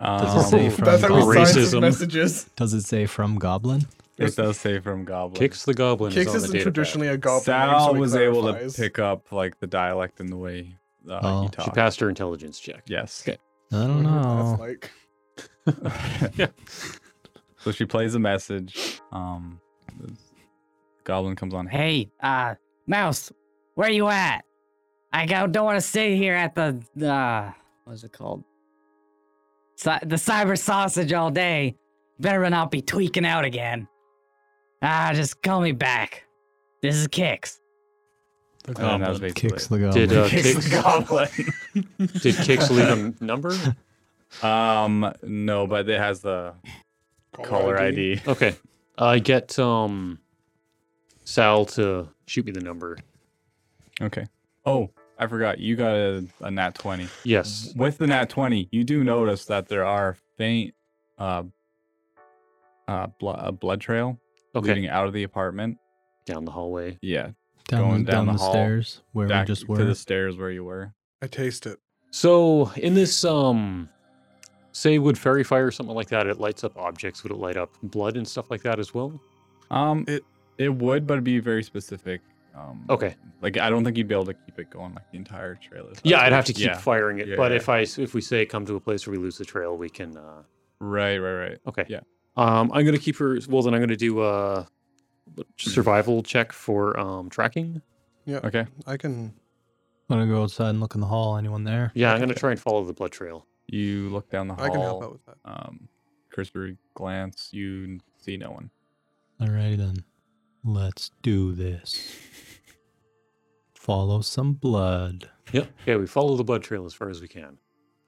Speaker 1: um,
Speaker 4: it say from
Speaker 3: That's how we sign his
Speaker 2: Racism.
Speaker 3: messages.
Speaker 4: Does it say from goblin?
Speaker 1: it does say from goblin.
Speaker 2: Kicks the goblin.
Speaker 3: Kix
Speaker 2: is on the
Speaker 3: isn't
Speaker 2: data
Speaker 3: traditionally a goblin. name, so
Speaker 1: Sal
Speaker 3: he
Speaker 1: was able to
Speaker 3: clarifies.
Speaker 1: pick up like the dialect and the way uh,
Speaker 4: Oh.
Speaker 1: he
Speaker 4: She
Speaker 2: pack. She
Speaker 1: talked.
Speaker 2: passed her intelligence check.
Speaker 1: yes.
Speaker 2: Okay.
Speaker 4: I
Speaker 1: Mm-hmm.
Speaker 4: don't
Speaker 3: Wonder what
Speaker 4: know.
Speaker 3: That's like.
Speaker 2: Yeah.
Speaker 1: So she plays a message. Um, the goblin comes on. Hey,
Speaker 6: Hey, uh, Mouse, where you at? I go- don't want to sit here at the, uh, what's it called? Ci- the cyber sausage all day. Better not be tweaking out again. Ah, just call me back. This is Kix.
Speaker 1: the
Speaker 5: goblin
Speaker 1: basically
Speaker 4: Kicks the goblin.
Speaker 2: Did uh,
Speaker 1: Kicks
Speaker 2: Kix,
Speaker 1: the goblin.
Speaker 2: did Kix leave a number?
Speaker 1: um, no, but it has the caller ID.
Speaker 2: Okay, I get um Sal to shoot me the number.
Speaker 1: Okay. Oh, I forgot. You got a, a nat twenty.
Speaker 2: Yes.
Speaker 1: With the nat twenty, you do notice that there are faint, uh, uh, blo- a blood trail
Speaker 2: Okay.
Speaker 1: leading out of the apartment.
Speaker 2: Down the hallway.
Speaker 1: Yeah,
Speaker 4: down,
Speaker 1: going
Speaker 4: the,
Speaker 1: down
Speaker 4: down
Speaker 1: the
Speaker 4: the,
Speaker 1: hall,
Speaker 4: stairs where we
Speaker 1: back
Speaker 4: just
Speaker 1: to
Speaker 4: were.
Speaker 1: the stairs where you were.
Speaker 3: I taste it.
Speaker 2: So in this um, say would fairy fire something like that? It lights up objects. Would it light up blood and stuff like that as well?
Speaker 1: Um, it
Speaker 3: It-
Speaker 1: it would, but it'd be very specific. Um,
Speaker 2: Okay.
Speaker 1: Like I don't think you'd be able to keep it going like the entire trailer.
Speaker 2: Yeah, I'd have to keep
Speaker 1: Yeah.
Speaker 2: firing it.
Speaker 1: Yeah,
Speaker 2: but
Speaker 1: yeah.
Speaker 2: if I if we say come to a place where we lose the trail, we can. Uh,
Speaker 1: Right, right, right.
Speaker 2: okay.
Speaker 1: Yeah.
Speaker 2: Um, I'm gonna keep her. Well, then I'm gonna do a survival check for um tracking.
Speaker 1: Okay.
Speaker 3: I can.
Speaker 4: I'm gonna go outside and look in the hall. Anyone there?
Speaker 2: Yeah, I'm gonna try and follow the blood trail.
Speaker 1: You look down the hall.
Speaker 3: I can help out with that.
Speaker 1: Um, cursory glance. You see no one.
Speaker 4: Alrighty then. Let's do this. Follow some blood.
Speaker 2: Yep. Okay, we follow the blood trail as far as we can.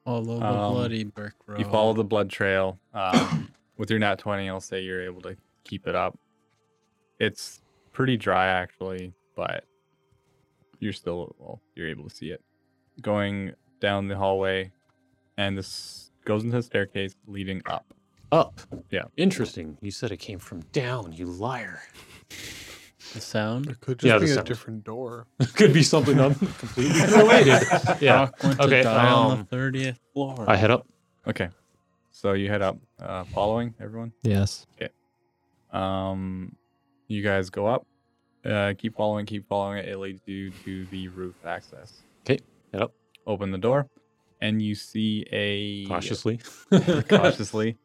Speaker 5: All over
Speaker 1: Um,
Speaker 5: bloody brick road.
Speaker 1: You follow the blood trail. Um, with your nat twenty, I'll say you're able to keep it up. It's pretty dry actually, but you're still well. You're able to see it going down the hallway, and this goes into a staircase leading up.
Speaker 2: Up.
Speaker 1: Yeah.
Speaker 2: Interesting. You said it came from down. You liar.
Speaker 5: the sound.
Speaker 3: There could just
Speaker 2: Yeah, the
Speaker 3: be a
Speaker 2: sound.
Speaker 3: different door.
Speaker 2: Could be something I'm completely related. Uh-huh. Yeah.
Speaker 5: Doc went
Speaker 2: Okay,
Speaker 5: to die on the
Speaker 2: um,
Speaker 5: thirtieth floor.
Speaker 2: I head up.
Speaker 1: Okay. So you head up, uh, following everyone.
Speaker 4: Yes.
Speaker 1: Um, you guys go up. Uh, keep following, keep following it. It leads you to the roof access.
Speaker 2: 'Kay, head up.
Speaker 1: Open the door, and you see a
Speaker 2: Cautiously.
Speaker 1: cautiously.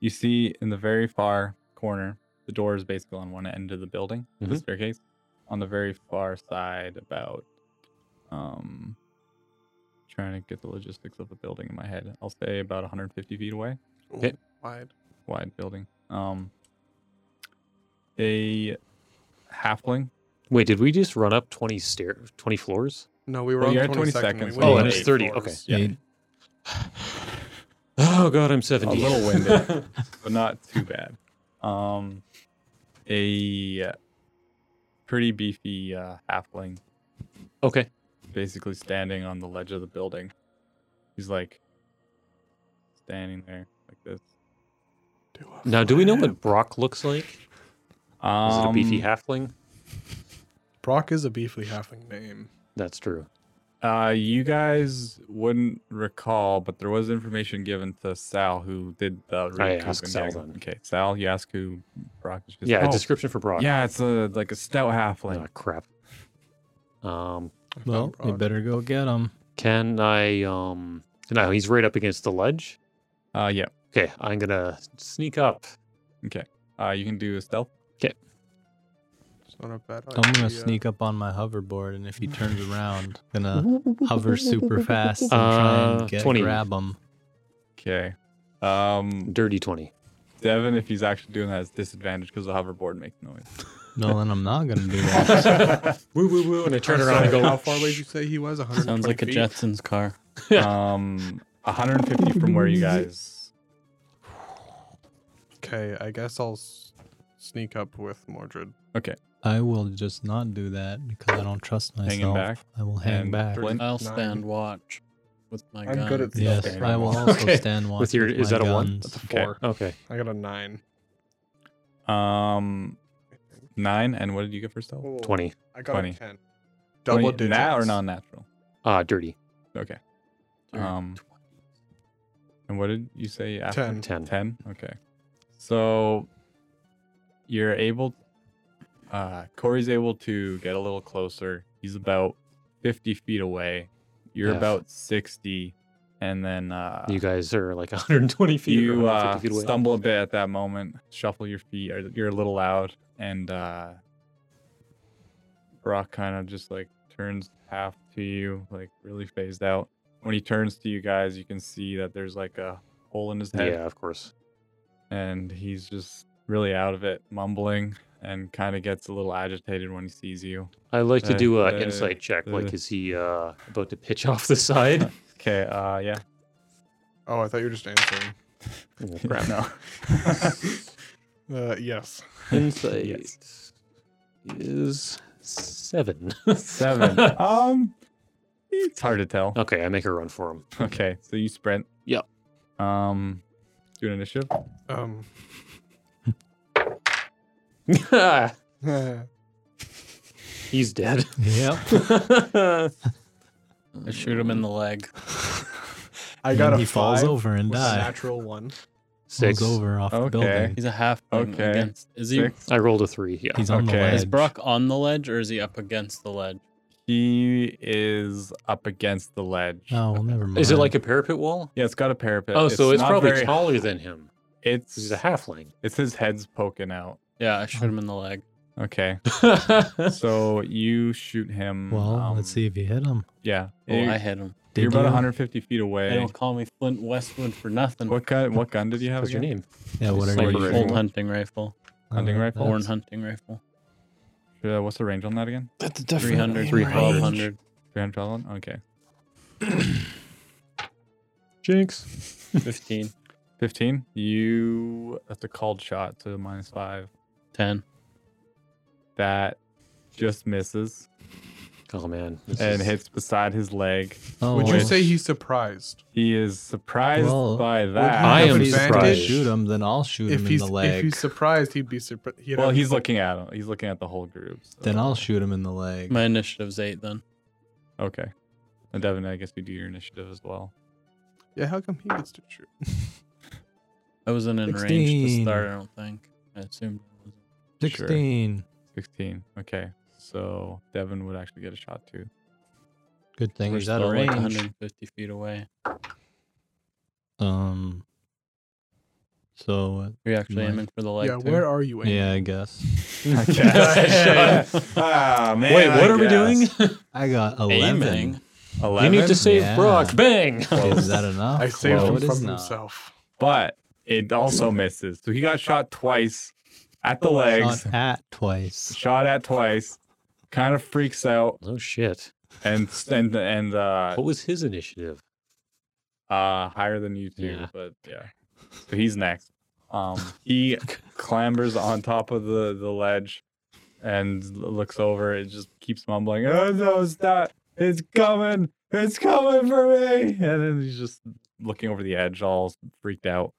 Speaker 1: You see in the very far corner, the door is basically on one end of the building, the
Speaker 2: Mhm.
Speaker 1: staircase. On the very far side, about um, trying to get the logistics of the building in my head. I'll say about 150 feet away
Speaker 2: Okay.
Speaker 3: Wide.
Speaker 1: wide building. Um, a halfling.
Speaker 2: Wait, did we just run up 20 stair 20 floors?
Speaker 3: No, we were
Speaker 1: Well,
Speaker 3: on
Speaker 1: you're
Speaker 3: the
Speaker 1: at 20
Speaker 3: 22nd.
Speaker 1: seconds, so
Speaker 3: we went
Speaker 1: Oh,
Speaker 3: on
Speaker 1: and it's
Speaker 3: eight
Speaker 2: 30,
Speaker 3: floors.
Speaker 2: okay.
Speaker 1: Yeah.
Speaker 4: Eight.
Speaker 2: Oh god, I'm
Speaker 1: A
Speaker 2: 70.
Speaker 1: little winded, but not too bad. Um, a pretty beefy uh, halfling,
Speaker 2: okay.
Speaker 1: basically standing on the ledge of the building. He's like standing there like this.
Speaker 3: Do a
Speaker 2: Now, do we know
Speaker 3: flip.
Speaker 2: what Brock looks like? Is
Speaker 1: Um,
Speaker 2: it a beefy halfling?
Speaker 3: Brock is a beefly halfling name.
Speaker 2: That's true.
Speaker 1: Uh, you guys wouldn't recall, but there was information given to Sal who did the.
Speaker 2: I
Speaker 1: recouping
Speaker 2: asked Sal
Speaker 1: thing.
Speaker 2: then.
Speaker 1: Okay, Sal, you ask who Brock is. She goes,
Speaker 2: Yeah,
Speaker 1: "Oh,
Speaker 2: a description for Brock.
Speaker 1: Yeah, it's a like a stout halfling.
Speaker 2: Ah, crap. Um,
Speaker 3: I found
Speaker 4: Well, we
Speaker 3: Brock.
Speaker 4: better go get him.
Speaker 2: can I um no, he's right up against the ledge.
Speaker 1: Uh, yeah.
Speaker 2: Okay, I'm going to sneak up.
Speaker 1: Uh, you can do a stealth.
Speaker 2: 'Kay.
Speaker 3: Not a bad
Speaker 4: I'm gonna
Speaker 3: idea.
Speaker 4: sneak up on my hoverboard, and if he turns around, gonna hover super fast and try
Speaker 2: Uh,
Speaker 4: and get,
Speaker 2: 20.
Speaker 4: grab him.
Speaker 1: Okay. Um,
Speaker 2: Dirty 20.
Speaker 1: Devin, if he's actually doing that, is disadvantage because the hoverboard makes noise.
Speaker 4: No, then I'm not gonna do that.
Speaker 2: Woo, woo, woo. And I turn
Speaker 3: I'm
Speaker 2: around and
Speaker 3: sorry,
Speaker 2: go,
Speaker 3: How far away did you say he was? 120
Speaker 5: Sounds like a
Speaker 3: feet?
Speaker 5: Jetsons car.
Speaker 1: um, 150 from where you guys.
Speaker 3: Okay, I guess I'll s- sneak up with Mordred.
Speaker 4: I will just not do that because I don't trust myself.
Speaker 1: Hanging back?
Speaker 4: I will hang
Speaker 1: And
Speaker 4: back.
Speaker 1: Blink?
Speaker 5: I'll
Speaker 3: Nine.
Speaker 5: stand watch with my
Speaker 3: I'm
Speaker 5: gun.
Speaker 3: good at
Speaker 4: Yes,
Speaker 3: stealthing.
Speaker 4: I will also
Speaker 2: Okay.
Speaker 4: stand watch.
Speaker 2: your- is
Speaker 4: my
Speaker 2: that a one?
Speaker 4: guns.
Speaker 3: That's a
Speaker 1: Okay.
Speaker 3: four.
Speaker 2: okay.
Speaker 3: I got a nine.
Speaker 1: Um, nine. And what did you get for stealth?
Speaker 3: Oh,
Speaker 2: 20.
Speaker 3: I got
Speaker 1: 20.
Speaker 3: a ten. Double
Speaker 1: Twenty-
Speaker 3: digits.
Speaker 1: Nat or non-natural?
Speaker 2: Ah, dirty.
Speaker 1: Okay.
Speaker 5: Dude,
Speaker 1: Um, and what did you say after?
Speaker 3: Ten.
Speaker 2: 10.
Speaker 1: 10 okay so you're able uh corey's able to get a little closer he's about 50 feet away you're
Speaker 2: Yeah.
Speaker 1: about 60 and then uh
Speaker 2: You guys are like 120 feet,
Speaker 1: you,
Speaker 2: or
Speaker 1: uh,
Speaker 2: 50 feet away.
Speaker 1: stumble a bit at that moment shuffle your feet or you're a little loud and uh brock kind of just like turns half to you like really phased out when he turns to you guys you can see that there's like a hole in his head
Speaker 2: Yeah, of course.
Speaker 1: and he's just really out of it, mumbling, and kind of gets a little agitated when he sees you.
Speaker 2: I like to
Speaker 1: Uh,
Speaker 2: do
Speaker 1: uh,
Speaker 2: an insight check.
Speaker 1: uh.
Speaker 2: like, is he uh, about to pitch off the side?
Speaker 1: Okay, uh, yeah.
Speaker 3: Oh, I thought you were just answering.
Speaker 2: Oh, crap.
Speaker 1: No.
Speaker 3: Uh, yes.
Speaker 2: Insight is seven.
Speaker 1: Seven. um, it's hard to tell.
Speaker 2: okay, I make a run for him.
Speaker 1: Okay, so you sprint.
Speaker 2: Uh. Yeah.
Speaker 1: Um, do an initiative.
Speaker 3: Um.
Speaker 2: He's dead.
Speaker 4: Yep.
Speaker 5: I shoot him in the leg.
Speaker 3: I got
Speaker 4: And
Speaker 3: a
Speaker 4: he falls
Speaker 3: five
Speaker 4: over and
Speaker 3: with a
Speaker 4: dies.
Speaker 3: Natural one.
Speaker 2: Six.
Speaker 4: Falls over off
Speaker 1: Okay.
Speaker 4: the building.
Speaker 5: He's a half.
Speaker 1: Okay.
Speaker 5: Against, is he?
Speaker 1: Six.
Speaker 2: I rolled a three. Yeah.
Speaker 4: He's on
Speaker 1: Okay.
Speaker 4: the ledge.
Speaker 5: Is Brock on the ledge or is he up against the ledge?
Speaker 1: He is up against the ledge.
Speaker 4: Oh, well, never mind.
Speaker 2: Is it like a parapet wall?
Speaker 1: Yeah, it's got a parapet.
Speaker 2: Oh, so it's
Speaker 1: not
Speaker 2: probably
Speaker 1: very-
Speaker 2: taller than him. 'cause
Speaker 1: It's
Speaker 2: He's a halfling.
Speaker 1: it's his head's poking out.
Speaker 5: Yeah, I shoot him in the leg.
Speaker 1: Okay, so you shoot him.
Speaker 4: Well,
Speaker 1: um,
Speaker 4: let's see if you hit him.
Speaker 1: Yeah,
Speaker 5: Oh,
Speaker 1: you-
Speaker 5: I hit him.
Speaker 4: Did
Speaker 1: you're about
Speaker 4: you?
Speaker 1: 150 feet away.
Speaker 5: They don't call me Flint Westwood for nothing.
Speaker 1: What gun? What gun did you have?
Speaker 2: What's your
Speaker 1: again?
Speaker 2: name?
Speaker 4: Yeah,
Speaker 5: It's
Speaker 4: whatever. Uh,
Speaker 5: like
Speaker 1: you
Speaker 5: an
Speaker 1: shoot.
Speaker 5: old hunting rifle,
Speaker 1: hunting rifle?
Speaker 5: born hunting rifle.
Speaker 1: Uh, what's the range on that again?
Speaker 4: That's
Speaker 5: 300,
Speaker 2: range.
Speaker 5: 1200.
Speaker 1: 300 on? Okay.
Speaker 2: Jinx.
Speaker 5: 15,
Speaker 1: 15. You. That's a called shot, so minus five.
Speaker 5: 10.
Speaker 1: That just misses
Speaker 2: Oh man. This
Speaker 1: and
Speaker 2: is-
Speaker 1: hits beside his leg.
Speaker 4: Oh,
Speaker 3: Would you
Speaker 4: well,
Speaker 3: say he's surprised?
Speaker 1: He is surprised
Speaker 4: Well,
Speaker 1: by
Speaker 3: you
Speaker 1: that.
Speaker 2: I
Speaker 3: have
Speaker 2: am
Speaker 3: advantage?
Speaker 4: If
Speaker 2: surprised.
Speaker 4: I shoot him, then I'll shoot
Speaker 3: If
Speaker 4: him in
Speaker 3: he's
Speaker 4: the
Speaker 3: if
Speaker 4: leg.
Speaker 3: he's surprised, he'd be surprised.
Speaker 1: Well, he's looking at him. He's looking at the whole group. so-
Speaker 4: Then I'll shoot him in the leg.
Speaker 5: My initiative's 8 then.
Speaker 1: Okay. And Devin, I guess we do your initiative as well.
Speaker 3: yeah. How come he gets to shoot?
Speaker 5: I wasn't in range to
Speaker 4: 16.
Speaker 5: start, I don't think. I assumed. I wasn't.
Speaker 1: Sure.
Speaker 4: 16.
Speaker 1: 16. Okay. So Devin would actually get a shot too.
Speaker 4: Good thing
Speaker 5: We're
Speaker 4: he's out
Speaker 5: still
Speaker 4: of
Speaker 5: like
Speaker 4: range.
Speaker 5: 150 feet away.
Speaker 4: Um. So
Speaker 5: We actually
Speaker 4: Nice.
Speaker 5: aiming for the leg.
Speaker 3: yeah.
Speaker 5: too.
Speaker 3: Where are you?
Speaker 4: uh,
Speaker 3: Aang?
Speaker 4: yeah, I guess
Speaker 1: I
Speaker 2: Yeah.
Speaker 1: guess. ah, man.
Speaker 2: Wait,
Speaker 1: I
Speaker 2: what are we
Speaker 1: guess.
Speaker 2: doing?
Speaker 4: I got
Speaker 5: Aiming.
Speaker 4: eleven.
Speaker 1: 11?
Speaker 2: You need to save
Speaker 4: Yeah.
Speaker 2: Brock. Bang.
Speaker 4: Is that enough?
Speaker 3: I saved
Speaker 4: No,
Speaker 3: him
Speaker 4: it is
Speaker 3: from
Speaker 4: not.
Speaker 3: himself.
Speaker 1: but it also misses. So he got shot twice at
Speaker 2: Oh,
Speaker 1: the legs,
Speaker 4: Shot at twice.
Speaker 1: shot at twice, kind of freaks out,
Speaker 2: Oh shit.
Speaker 1: and and and uh,
Speaker 2: What was his initiative?
Speaker 1: uh higher than you two,
Speaker 2: Yeah.
Speaker 1: but yeah. So he's next. Um, he clambers on top of the the ledge and l- looks over. It just keeps mumbling, "Oh no, it's not! It's coming! It's coming for me!" And then he's just looking over the edge, all freaked out,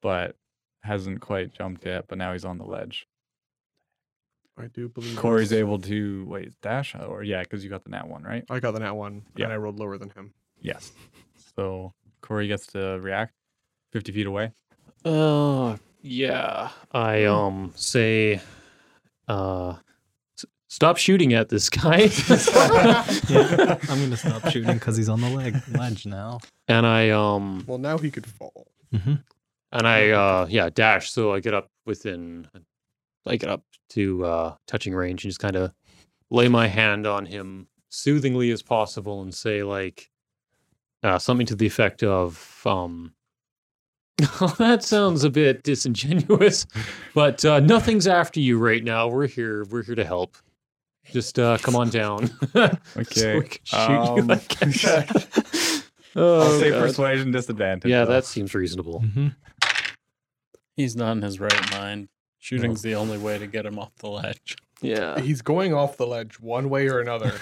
Speaker 1: but hasn't quite jumped yet. But now he's on the ledge.
Speaker 3: I do believe
Speaker 1: Corey's
Speaker 3: it's-
Speaker 1: able to wait dash Oh, or yeah, because you got the nat one, right?
Speaker 3: I got the nat one,
Speaker 1: Yeah.
Speaker 3: and I rolled lower than him.
Speaker 1: Yes. So Corey gets to react, fifty feet away.
Speaker 2: Oh yeah. I um say, uh, s- stop shooting at this guy.
Speaker 4: Yeah, I'm gonna stop shooting because he's on the leg ledge now.
Speaker 2: and I um
Speaker 3: Well, now he could fall.
Speaker 4: Mhm.
Speaker 2: and I uh yeah dash. So I get up within I get up to uh, touching range and just kind of lay my hand on him soothingly as possible and say like uh, something to the effect of um, "Oh, that sounds a bit disingenuous, but uh, nothing's after you right now. We're here. We're here to help. Just uh, come on down. so we
Speaker 1: Okay.
Speaker 2: can shoot you
Speaker 1: um,
Speaker 2: like that.
Speaker 1: I'll
Speaker 2: Oh,
Speaker 1: say
Speaker 2: God.
Speaker 1: persuasion disadvantage.
Speaker 2: Yeah,
Speaker 1: though.
Speaker 2: that seems reasonable.
Speaker 4: Mm-hmm.
Speaker 5: He's not in his right mind. Shooting's the only way to get him off the ledge.
Speaker 2: Yeah.
Speaker 3: He's going off the ledge one way or another.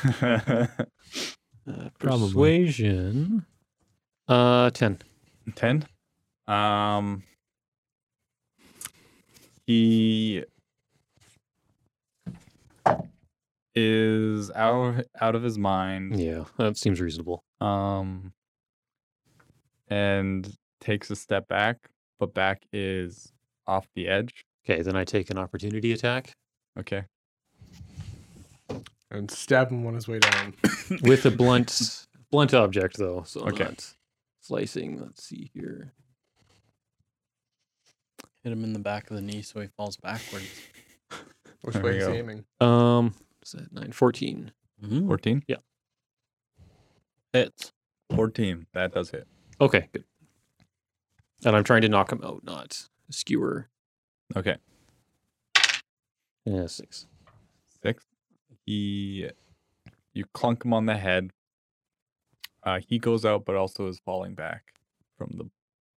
Speaker 2: Uh,
Speaker 4: Probably.
Speaker 2: Persuasion. Uh, 10.
Speaker 1: ten. Um, he is out out of his mind.
Speaker 2: Yeah, that seems reasonable.
Speaker 1: um, and takes a step back, but back is off the edge.
Speaker 2: Okay, then I take an opportunity attack
Speaker 1: Okay.
Speaker 3: and stab him on his way down.
Speaker 2: with a blunt blunt object, though. So I'm
Speaker 1: Okay.
Speaker 2: not slicing. Let's see here.
Speaker 5: Hit him in the back of the knee so he falls backwards.
Speaker 3: Which
Speaker 1: There
Speaker 3: way
Speaker 1: we
Speaker 3: is
Speaker 1: go.
Speaker 3: he aiming?
Speaker 2: Um, is that 9? 14.
Speaker 5: Mhm.
Speaker 1: Fourteen.
Speaker 5: Hits.
Speaker 1: Fourteen. That does hit.
Speaker 2: Okay, good. And I'm trying to knock him out, not skewer.
Speaker 1: Okay.
Speaker 2: Yeah, six.
Speaker 1: Six. He, you clunk him on the head. Uh, he goes out, but also is falling back from the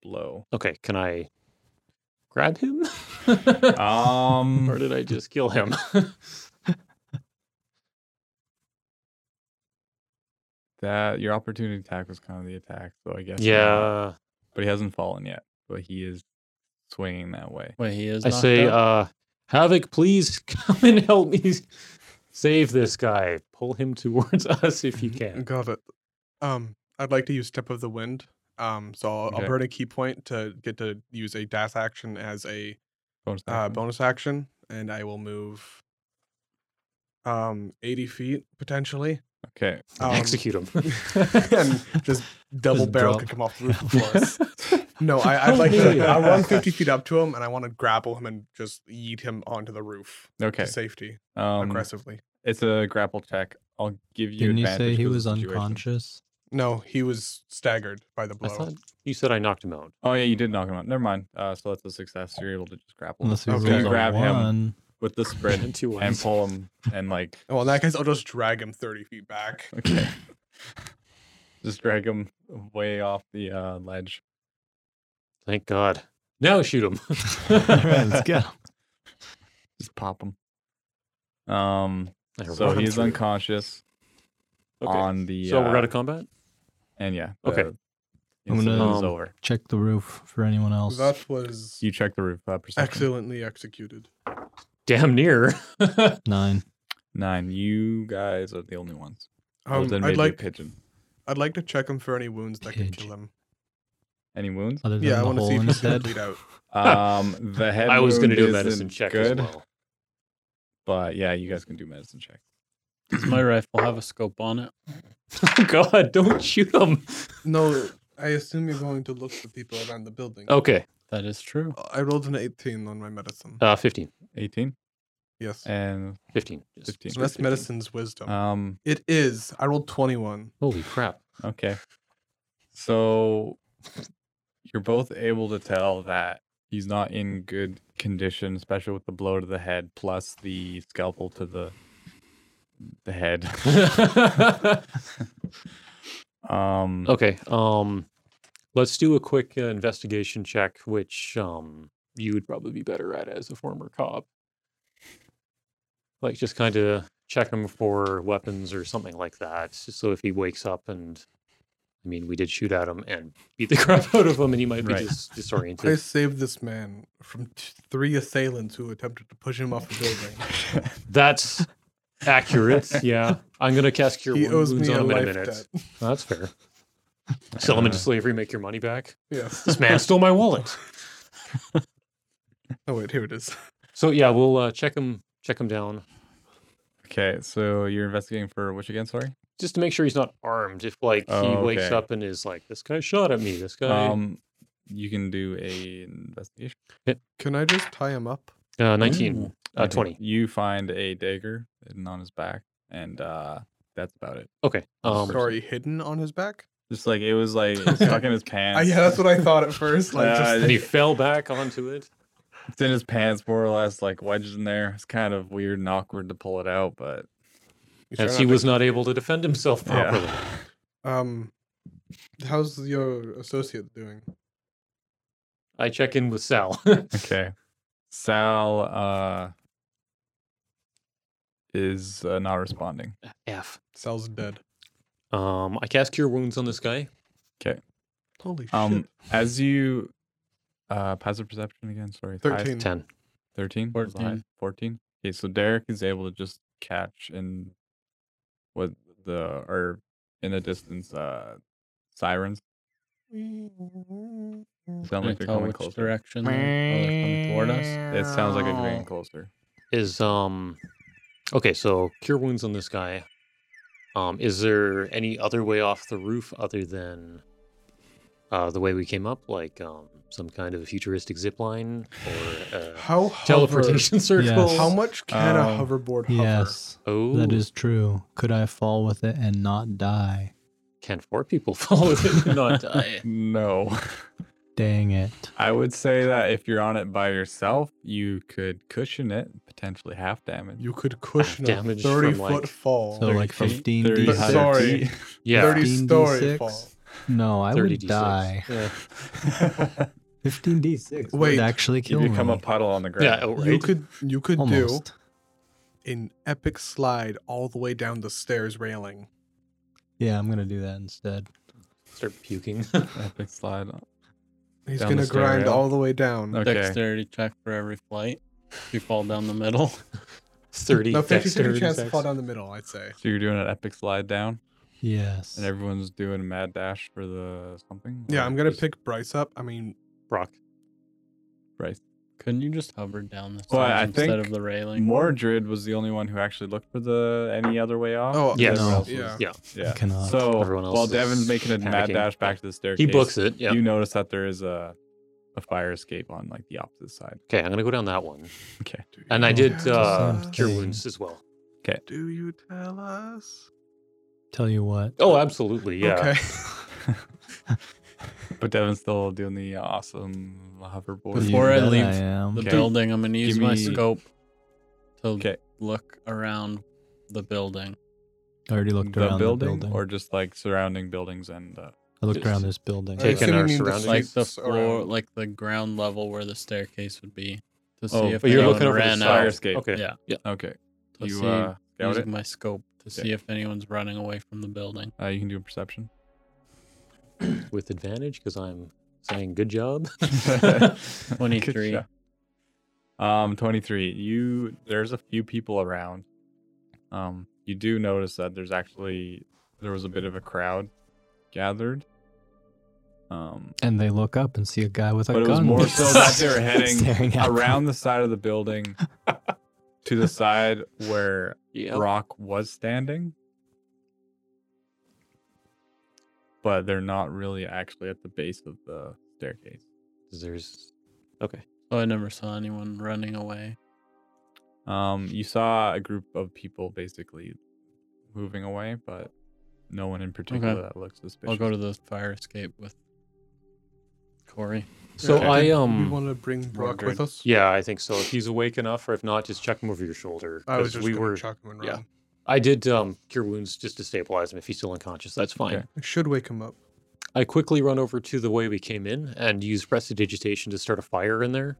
Speaker 1: blow.
Speaker 2: Okay, can I grab him? or
Speaker 1: Um,
Speaker 2: did I just kill him?
Speaker 1: that your opportunity attack was kind of the attack, so I guess. not.
Speaker 2: yeah.
Speaker 1: But he hasn't fallen yet, but he is swinging that way.
Speaker 5: Wait, he is.
Speaker 2: I
Speaker 5: knocked
Speaker 2: say,
Speaker 5: out?
Speaker 2: uh, Havoc, please come and help me s- save this guy. Pull him towards us if you can.
Speaker 3: Got it. Um, I'd like to use Step of the Wind. Um, so I'll,
Speaker 1: Okay.
Speaker 3: I'll burn a key point to get to use a dash action as a
Speaker 1: Bonus
Speaker 3: uh,
Speaker 1: action.
Speaker 3: bonus action, and I will move um 80 feet potentially.
Speaker 1: Okay.
Speaker 3: Um,
Speaker 2: Execute him.
Speaker 3: and just double
Speaker 4: Just
Speaker 3: barrel
Speaker 4: drop.
Speaker 3: kick him off the roof before us. No, I, I'd like
Speaker 2: Help me.
Speaker 3: to. I'll run 50 feet up to him, and I want to grapple him and just yeet him onto the roof
Speaker 1: Okay.
Speaker 3: to safety
Speaker 1: Um,
Speaker 3: aggressively.
Speaker 1: It's a grapple check. I'll give you.
Speaker 4: Didn't you
Speaker 1: advantage
Speaker 4: say he
Speaker 1: 'cause of
Speaker 4: was
Speaker 1: the situation.
Speaker 4: unconscious?
Speaker 3: No, he was staggered by the
Speaker 2: I
Speaker 3: blow.
Speaker 2: thought you said I knocked him out.
Speaker 1: Oh yeah, you did knock him out. Never mind. Uh, so that's a success. You're able to just grapple him
Speaker 4: Unless he
Speaker 3: Okay.
Speaker 4: was
Speaker 1: You
Speaker 4: okay.
Speaker 1: grab him.
Speaker 4: one.
Speaker 1: with the sprint
Speaker 2: Two
Speaker 1: and
Speaker 2: ones.
Speaker 1: pull him and like
Speaker 3: Well, in that case, I'll just drag him 30 feet back.
Speaker 1: okay, just drag him way off the uh, ledge.
Speaker 2: Thank God. Now shoot him.
Speaker 4: Alright, let's go.
Speaker 1: Just pop him. Um.
Speaker 2: I
Speaker 1: So
Speaker 2: run
Speaker 1: he's
Speaker 2: through.
Speaker 1: unconscious
Speaker 2: Okay.
Speaker 1: on the.
Speaker 2: So we're
Speaker 1: uh,
Speaker 2: out of combat?
Speaker 1: And yeah.
Speaker 2: Okay.
Speaker 1: the
Speaker 4: I'm
Speaker 1: incident
Speaker 4: gonna-
Speaker 1: is
Speaker 2: Um,
Speaker 1: over.
Speaker 4: Check the roof for anyone else.
Speaker 3: That was
Speaker 1: You check the roof. Uh, perception.
Speaker 3: excellently executed.
Speaker 2: Damn near.
Speaker 4: Nine.
Speaker 1: Nine. You guys are the only ones.
Speaker 3: Um,
Speaker 1: then
Speaker 3: I'd like
Speaker 1: pigeon.
Speaker 3: I'd like to check him for any wounds that could
Speaker 4: Pigeon.
Speaker 3: kill him.
Speaker 1: Any wounds?
Speaker 4: Other than
Speaker 3: Yeah, I
Speaker 4: the
Speaker 3: want to
Speaker 4: hole
Speaker 3: see if
Speaker 4: in
Speaker 3: he's
Speaker 4: his
Speaker 3: gonna
Speaker 4: head.
Speaker 3: bleed out.
Speaker 1: Um, the head.
Speaker 2: I was going to
Speaker 1: wound
Speaker 2: do a
Speaker 1: isn't
Speaker 2: medicine check
Speaker 1: Good,
Speaker 2: as well.
Speaker 1: but yeah, you guys can do medicine check.
Speaker 5: Does my rifle have a scope on it?
Speaker 2: Oh, God, don't shoot him.
Speaker 3: No, I assume you're going to look for people around the building.
Speaker 2: Okay.
Speaker 5: That is true.
Speaker 3: I rolled an 18 on my medicine.
Speaker 2: Uh, 15.
Speaker 1: Eighteen
Speaker 3: yes.
Speaker 1: and
Speaker 2: 15. Just
Speaker 1: 15.
Speaker 3: So
Speaker 2: straight
Speaker 3: that's
Speaker 2: 15.
Speaker 3: medicine's wisdom.
Speaker 2: Uh.
Speaker 1: um.
Speaker 3: it is. I rolled 21.
Speaker 2: Holy crap.
Speaker 1: Okay. So you're both able to tell that he's not in good condition, especially with the blow to the head plus the scalpel to the the head. um
Speaker 3: Oh.
Speaker 2: Okay. Um, let's do a quick uh, investigation check, which um you would probably be better at as a former cop. Like just kind of check him for weapons or something like that. s- So if he wakes up and, I mean, we did shoot at him and beat the crap out of him, and he might be
Speaker 1: Right.
Speaker 2: dis-
Speaker 3: I
Speaker 2: disoriented.
Speaker 3: saved this man from t- three assailants who attempted to push him off the building.
Speaker 2: That's accurate. Yeah, I'm gonna cast cure
Speaker 3: he
Speaker 2: Wo-
Speaker 3: owes
Speaker 2: wounds
Speaker 3: me a
Speaker 2: on him in a
Speaker 3: life
Speaker 2: minute.
Speaker 3: debt.
Speaker 2: That's fair. Sell him into
Speaker 1: Uh,
Speaker 2: slavery, make your money back.
Speaker 3: Yes.
Speaker 2: This man stole my wallet.
Speaker 3: Oh, wait, here it is.
Speaker 2: So yeah, we'll uh, check him check him down
Speaker 1: Okay, so you're investigating for which again, sorry?
Speaker 2: just to make sure he's not armed. If like he
Speaker 1: Oh,
Speaker 2: wakes
Speaker 1: okay.
Speaker 2: up and is like, "This guy shot at me," this guy.
Speaker 1: Um you can do a investigation.
Speaker 3: Can I just tie him up?
Speaker 2: uh, Nineteen.
Speaker 1: mm.
Speaker 5: Ooh.
Speaker 2: Uh, 20.
Speaker 1: You find a dagger hidden on his back, and uh, that's about it.
Speaker 2: Okay. Um,
Speaker 3: Sorry, hidden on his back.
Speaker 1: Just like it was like stuck in his
Speaker 3: Uh,
Speaker 1: pants.
Speaker 3: yeah, that's what I thought at first. Like,
Speaker 1: Yeah,
Speaker 3: just,
Speaker 2: and he fell back onto it.
Speaker 1: It's in his pants, more or less, like wedged in there. It's kind of weird and awkward to pull it out, but
Speaker 3: You sure
Speaker 2: As he
Speaker 3: not to-
Speaker 2: was not able to defend himself
Speaker 1: Yeah.
Speaker 2: properly.
Speaker 3: Um, how's your associate doing?
Speaker 2: I check in with Sal.
Speaker 1: okay. Sal uh, is uh, not responding.
Speaker 2: F.
Speaker 3: Sal's dead.
Speaker 2: Um, I cast Cure Wounds on this guy.
Speaker 3: Holy
Speaker 1: Um, as you uh, passive perception again. Sorry,
Speaker 3: shit.
Speaker 1: Ty-
Speaker 3: Thirteen.
Speaker 2: 10.
Speaker 1: 13 was the highest? 14
Speaker 5: 14.
Speaker 1: okay so derek is able to just catch in what the or in the distance uh sirens sound
Speaker 5: Can I
Speaker 1: like they're
Speaker 5: tell
Speaker 1: coming
Speaker 5: which
Speaker 1: closer
Speaker 5: direction they're, oh, they're coming toward us?
Speaker 1: it sounds like they're getting closer
Speaker 2: Is, um, okay, so Cure Wounds on this guy. Um, is there any other way off the roof other than uh, the way we came up? Like, um, some kind of futuristic zip line or uh,
Speaker 3: How hover,
Speaker 2: teleportation circle?
Speaker 3: How much can
Speaker 1: Um,
Speaker 3: a hoverboard hover?
Speaker 4: Yes,
Speaker 2: Oh,
Speaker 4: that is true. Could I fall with it and not die?
Speaker 2: Can four people
Speaker 5: Oh,
Speaker 2: follow it and not die?
Speaker 1: no
Speaker 4: Dang it.
Speaker 1: i would say that if you're on it by yourself you could cushion it potentially half damage
Speaker 3: You could cushion a
Speaker 2: damage from,
Speaker 3: thirty foot
Speaker 2: like-
Speaker 3: fall.
Speaker 4: So like 15
Speaker 1: 30
Speaker 4: d6.
Speaker 3: But sorry.
Speaker 2: Yeah.
Speaker 3: 30 story
Speaker 4: 15d6?
Speaker 3: fall.
Speaker 4: No, I
Speaker 2: 30
Speaker 4: would
Speaker 2: D6.
Speaker 4: die.
Speaker 2: Yeah.
Speaker 4: 15 d6
Speaker 3: Wait.
Speaker 4: would actually
Speaker 1: you
Speaker 4: kill
Speaker 1: become
Speaker 4: me.
Speaker 1: a puddle on the
Speaker 2: Yeah,
Speaker 1: ground
Speaker 2: outright.
Speaker 3: You could you could
Speaker 4: Almost.
Speaker 3: do an epic slide all the way down the stairs railing.
Speaker 4: Yeah, I'm gonna do that instead.
Speaker 2: start puking.
Speaker 1: epic slide
Speaker 3: He's
Speaker 1: Down
Speaker 3: gonna
Speaker 1: the stair
Speaker 3: grind
Speaker 1: rail.
Speaker 3: all the way down.
Speaker 1: Okay.
Speaker 5: Dexterity check for every flight. If you fall down the middle,
Speaker 2: 30
Speaker 3: No, 50 50
Speaker 2: dexterity
Speaker 3: chance to
Speaker 2: checks.
Speaker 3: fall down the middle, I'd say.
Speaker 1: so you're doing an epic slide down
Speaker 4: Yes.
Speaker 1: and everyone's doing a mad dash for the something
Speaker 3: Yeah,
Speaker 1: or
Speaker 3: I'm gonna
Speaker 1: just
Speaker 3: pick Bryce up. I mean,
Speaker 2: Brock.
Speaker 1: Bryce.
Speaker 5: couldn't you just hover down the
Speaker 1: Well, I
Speaker 5: sides instead
Speaker 1: think
Speaker 5: of the railing?
Speaker 1: Mordred was the only one who actually looked for the any other way off.
Speaker 3: oh
Speaker 2: Yes.
Speaker 1: Everyone
Speaker 4: No.
Speaker 1: else was-
Speaker 3: yeah.
Speaker 2: Yeah.
Speaker 1: yeah.
Speaker 4: cannot.
Speaker 1: So
Speaker 2: Everyone else
Speaker 1: while
Speaker 2: is
Speaker 1: Devin's making a mad
Speaker 2: panicking.
Speaker 1: dash back to the staircase,
Speaker 2: He books it. Yeah.
Speaker 1: You notice that there is a a fire escape on like the opposite side.
Speaker 2: Okay, I'm gonna go down that one.
Speaker 1: Okay.
Speaker 3: Do
Speaker 2: And I
Speaker 3: you
Speaker 2: did
Speaker 3: tell
Speaker 2: uh,
Speaker 3: us?
Speaker 2: cure wounds as well.
Speaker 3: Do you tell us?
Speaker 4: Tell you what.
Speaker 2: Oh, absolutely. Yeah.
Speaker 3: Okay.
Speaker 1: But Devin's still doing the awesome hoverboard.
Speaker 5: Before I
Speaker 4: You bet
Speaker 5: leave
Speaker 4: am.
Speaker 5: the
Speaker 1: Okay.
Speaker 5: building, I'm gonna use my
Speaker 1: me-
Speaker 5: scope to
Speaker 1: Okay.
Speaker 5: look around the building.
Speaker 4: I already looked
Speaker 1: the
Speaker 4: around
Speaker 1: building,
Speaker 4: the building.
Speaker 1: or just like surrounding buildings and uh,
Speaker 4: I looked
Speaker 2: just
Speaker 4: around this building.
Speaker 3: I
Speaker 2: Take
Speaker 3: assume
Speaker 2: our
Speaker 3: you mean the
Speaker 2: surroundings.
Speaker 5: like the
Speaker 3: streets
Speaker 5: floor,
Speaker 3: around.
Speaker 5: like the ground level where the staircase would be, to see
Speaker 1: Oh,
Speaker 5: if
Speaker 2: But you're
Speaker 5: anyone
Speaker 2: looking over
Speaker 5: ran
Speaker 2: the
Speaker 1: fire
Speaker 2: fire
Speaker 5: out.
Speaker 1: escape.
Speaker 2: Okay.
Speaker 5: Yeah,
Speaker 1: Okay.
Speaker 5: to
Speaker 1: you
Speaker 5: see
Speaker 1: uh, scout
Speaker 5: using
Speaker 1: it.
Speaker 5: my scope to see if anyone's running away from the building.
Speaker 1: Uh, you can do a perception.
Speaker 2: With advantage because I'm saying good job.
Speaker 5: Oh,
Speaker 1: Good
Speaker 5: 23.
Speaker 1: job. Um, 23. You there's a few people around. Um, you do notice that there's actually there was a bit of a crowd gathered. Um,
Speaker 4: And they look up and see a guy with a
Speaker 1: But it was
Speaker 4: gun.
Speaker 1: more so that they were heading
Speaker 4: staring at them.
Speaker 1: around the side of the building to the side where
Speaker 2: yeah.
Speaker 1: Brock was standing. But they're not really actually at the base of the staircase.
Speaker 2: There's. Okay.
Speaker 5: So I never saw anyone running away.
Speaker 1: Um, you saw a group of people basically moving away, but no one in particular that looks suspicious.
Speaker 5: I'll go to the fire escape with Corey.
Speaker 2: So
Speaker 1: Okay.
Speaker 2: I
Speaker 3: Did
Speaker 2: um.
Speaker 3: We want to bring Brock
Speaker 5: Mordred.
Speaker 3: with us.
Speaker 2: Yeah, I think so. If he's awake enough, or if not, just check him over your shoulder.
Speaker 3: I was
Speaker 2: 'cause
Speaker 3: just
Speaker 2: we
Speaker 3: gonna
Speaker 2: were.
Speaker 3: chuck him and
Speaker 2: yeah.
Speaker 3: run.
Speaker 2: I did um cure wounds just to stabilize him. If he's still unconscious, that's fine.
Speaker 1: Okay.
Speaker 3: I should wake him up.
Speaker 2: I quickly run over to the way we came in and use prestidigitation to start a fire in there.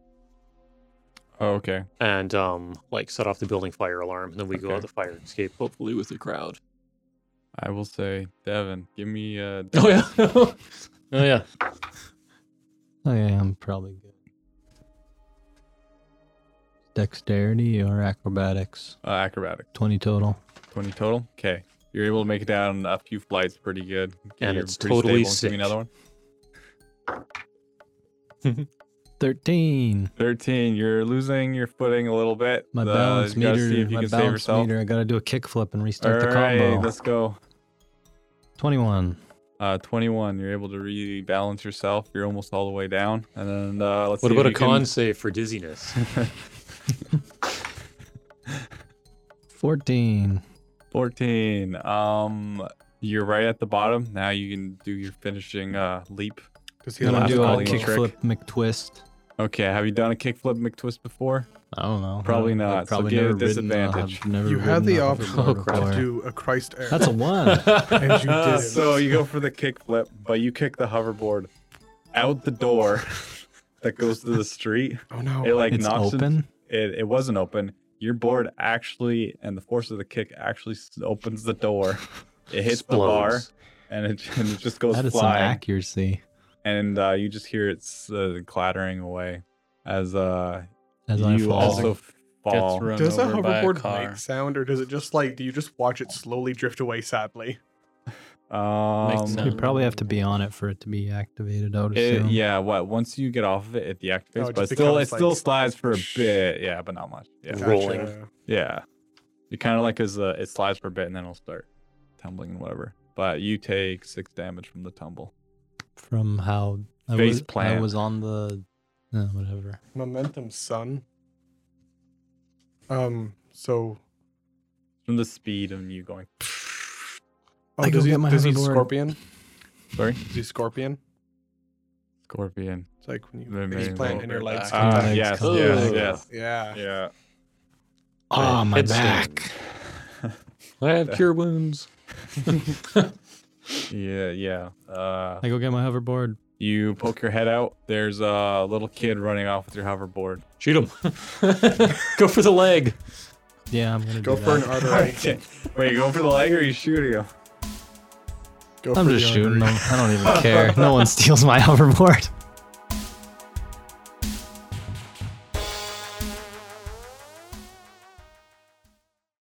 Speaker 1: Oh, okay.
Speaker 2: and um like set off the building fire alarm and then we go
Speaker 1: Okay.
Speaker 2: out the fire escape hopefully with the crowd
Speaker 1: I will say, Devin, give me uh
Speaker 2: oh yeah oh yeah
Speaker 4: Oh yeah, I'm probably good. Dexterity or acrobatics?
Speaker 1: uh, acrobatic.
Speaker 4: Twenty total.
Speaker 1: Twenty total. Okay. You're able to make it down a few flights pretty good. Okay,
Speaker 2: And
Speaker 1: you're
Speaker 2: it's totally
Speaker 1: Give me another one.
Speaker 4: Thirteen.
Speaker 1: Thirteen. You're losing your footing a little bit.
Speaker 4: My
Speaker 1: The-
Speaker 4: balance
Speaker 1: you gotta
Speaker 4: meter.
Speaker 1: See if you
Speaker 4: my
Speaker 1: can save
Speaker 4: balance
Speaker 1: yourself.
Speaker 4: meter. I gotta do a kickflip and restart the
Speaker 1: All right,
Speaker 4: combo.
Speaker 1: let's go.
Speaker 4: Twenty-one.
Speaker 1: Uh, 21. You're able to rebalance yourself. You're almost all the way down. And then uh, let's
Speaker 2: what
Speaker 1: see
Speaker 2: about a
Speaker 1: if you
Speaker 2: con
Speaker 1: can-
Speaker 2: save for dizziness
Speaker 4: Fourteen.
Speaker 1: 14. Um, you're right at the bottom. Now you can do your finishing uh leap.
Speaker 3: Does he
Speaker 1: Yeah,
Speaker 4: I'm
Speaker 3: allow
Speaker 4: gonna
Speaker 1: last
Speaker 4: do a
Speaker 1: volley
Speaker 3: falling?
Speaker 1: kick.
Speaker 4: kickflip McTwist.
Speaker 1: Okay, have you done a kickflip McTwist before?
Speaker 4: I don't know.
Speaker 1: Probably
Speaker 4: I've
Speaker 1: not, so
Speaker 4: Probably
Speaker 1: get a
Speaker 4: never ridden, uh,
Speaker 1: disadvantage.
Speaker 4: I've never
Speaker 3: You had
Speaker 4: ridden
Speaker 3: the
Speaker 4: a
Speaker 3: option
Speaker 4: hoverboard
Speaker 2: Oh, crap.
Speaker 4: before.
Speaker 3: to do a Christ air.
Speaker 4: That's a one.
Speaker 3: and you
Speaker 2: Uh,
Speaker 3: did.
Speaker 1: Uh, so you go for the kickflip, but you kick the hoverboard out the door that goes to the street.
Speaker 3: Oh no!
Speaker 1: It like
Speaker 4: it's
Speaker 1: knocks in-
Speaker 4: open.
Speaker 1: it, it wasn't open. Your board actually, and the force of the kick actually s- opens the door. It hits the bar,
Speaker 2: Explodes.
Speaker 1: and it, and it just goes
Speaker 4: That is some
Speaker 1: flying.
Speaker 4: accuracy.
Speaker 1: and uh, you just hear it s- uh, clattering away as uh,
Speaker 4: As
Speaker 1: you
Speaker 4: I fall.
Speaker 1: also fall.
Speaker 5: Gets run
Speaker 3: does a
Speaker 5: over by a
Speaker 3: hoverboard
Speaker 5: car.
Speaker 3: make sound, or does it just like? Do you just watch it slowly drift away sadly?
Speaker 1: Um,
Speaker 5: sound.
Speaker 4: you probably have to be on it for it to be activated. I would
Speaker 1: it-
Speaker 4: assume.
Speaker 1: yeah, what? Once you get off of it, it deactivates,
Speaker 3: Oh, it
Speaker 1: but
Speaker 3: just
Speaker 1: still, it
Speaker 3: becomes
Speaker 1: still
Speaker 3: like-
Speaker 1: slides for a bit. Yeah, but not much. Yeah,
Speaker 2: Yeah. Rolling.
Speaker 3: Gotcha.
Speaker 1: yeah. You kind of like as uh, it slides for a bit, and then it'll start tumbling and whatever. But you take six damage from the tumble.
Speaker 4: From how I
Speaker 1: Face
Speaker 4: was, I
Speaker 1: plant.
Speaker 4: was on the uh, whatever.
Speaker 3: Momentum, son. Um. So.
Speaker 1: From the speed of you going.
Speaker 3: Oh,
Speaker 4: I go
Speaker 3: does he?
Speaker 4: get my
Speaker 3: Does he
Speaker 4: hoverboard.
Speaker 3: scorpion?
Speaker 1: Sorry,
Speaker 3: Is he scorpion?
Speaker 1: scorpion.
Speaker 3: It's like when
Speaker 1: Then
Speaker 3: you
Speaker 1: maybe
Speaker 3: plant
Speaker 1: we'll
Speaker 3: and your
Speaker 5: go
Speaker 3: legs.
Speaker 5: back.
Speaker 3: come
Speaker 1: Ah,
Speaker 3: back.
Speaker 1: yes,
Speaker 4: come
Speaker 1: yes,
Speaker 2: back.
Speaker 1: yes,
Speaker 3: Yeah.
Speaker 1: yeah. Ah,
Speaker 2: Ah,
Speaker 4: Oh, my
Speaker 2: Headstand.
Speaker 4: back.
Speaker 2: I have cure wounds.
Speaker 1: Yeah, yeah. Uh,
Speaker 4: I go get my hoverboard.
Speaker 1: you poke your head out. There's a little kid running off with your hoverboard.
Speaker 2: Shoot him. Go for the leg.
Speaker 4: Yeah, I'm gonna
Speaker 3: Go
Speaker 4: do
Speaker 3: for an
Speaker 4: that.
Speaker 3: artery.
Speaker 1: Wait, you going for the leg or are you shooting him?
Speaker 3: Go
Speaker 4: I'm
Speaker 3: for
Speaker 4: just
Speaker 3: the
Speaker 4: shooting
Speaker 3: artery.
Speaker 4: them. I don't even care. No one steals my hoverboard.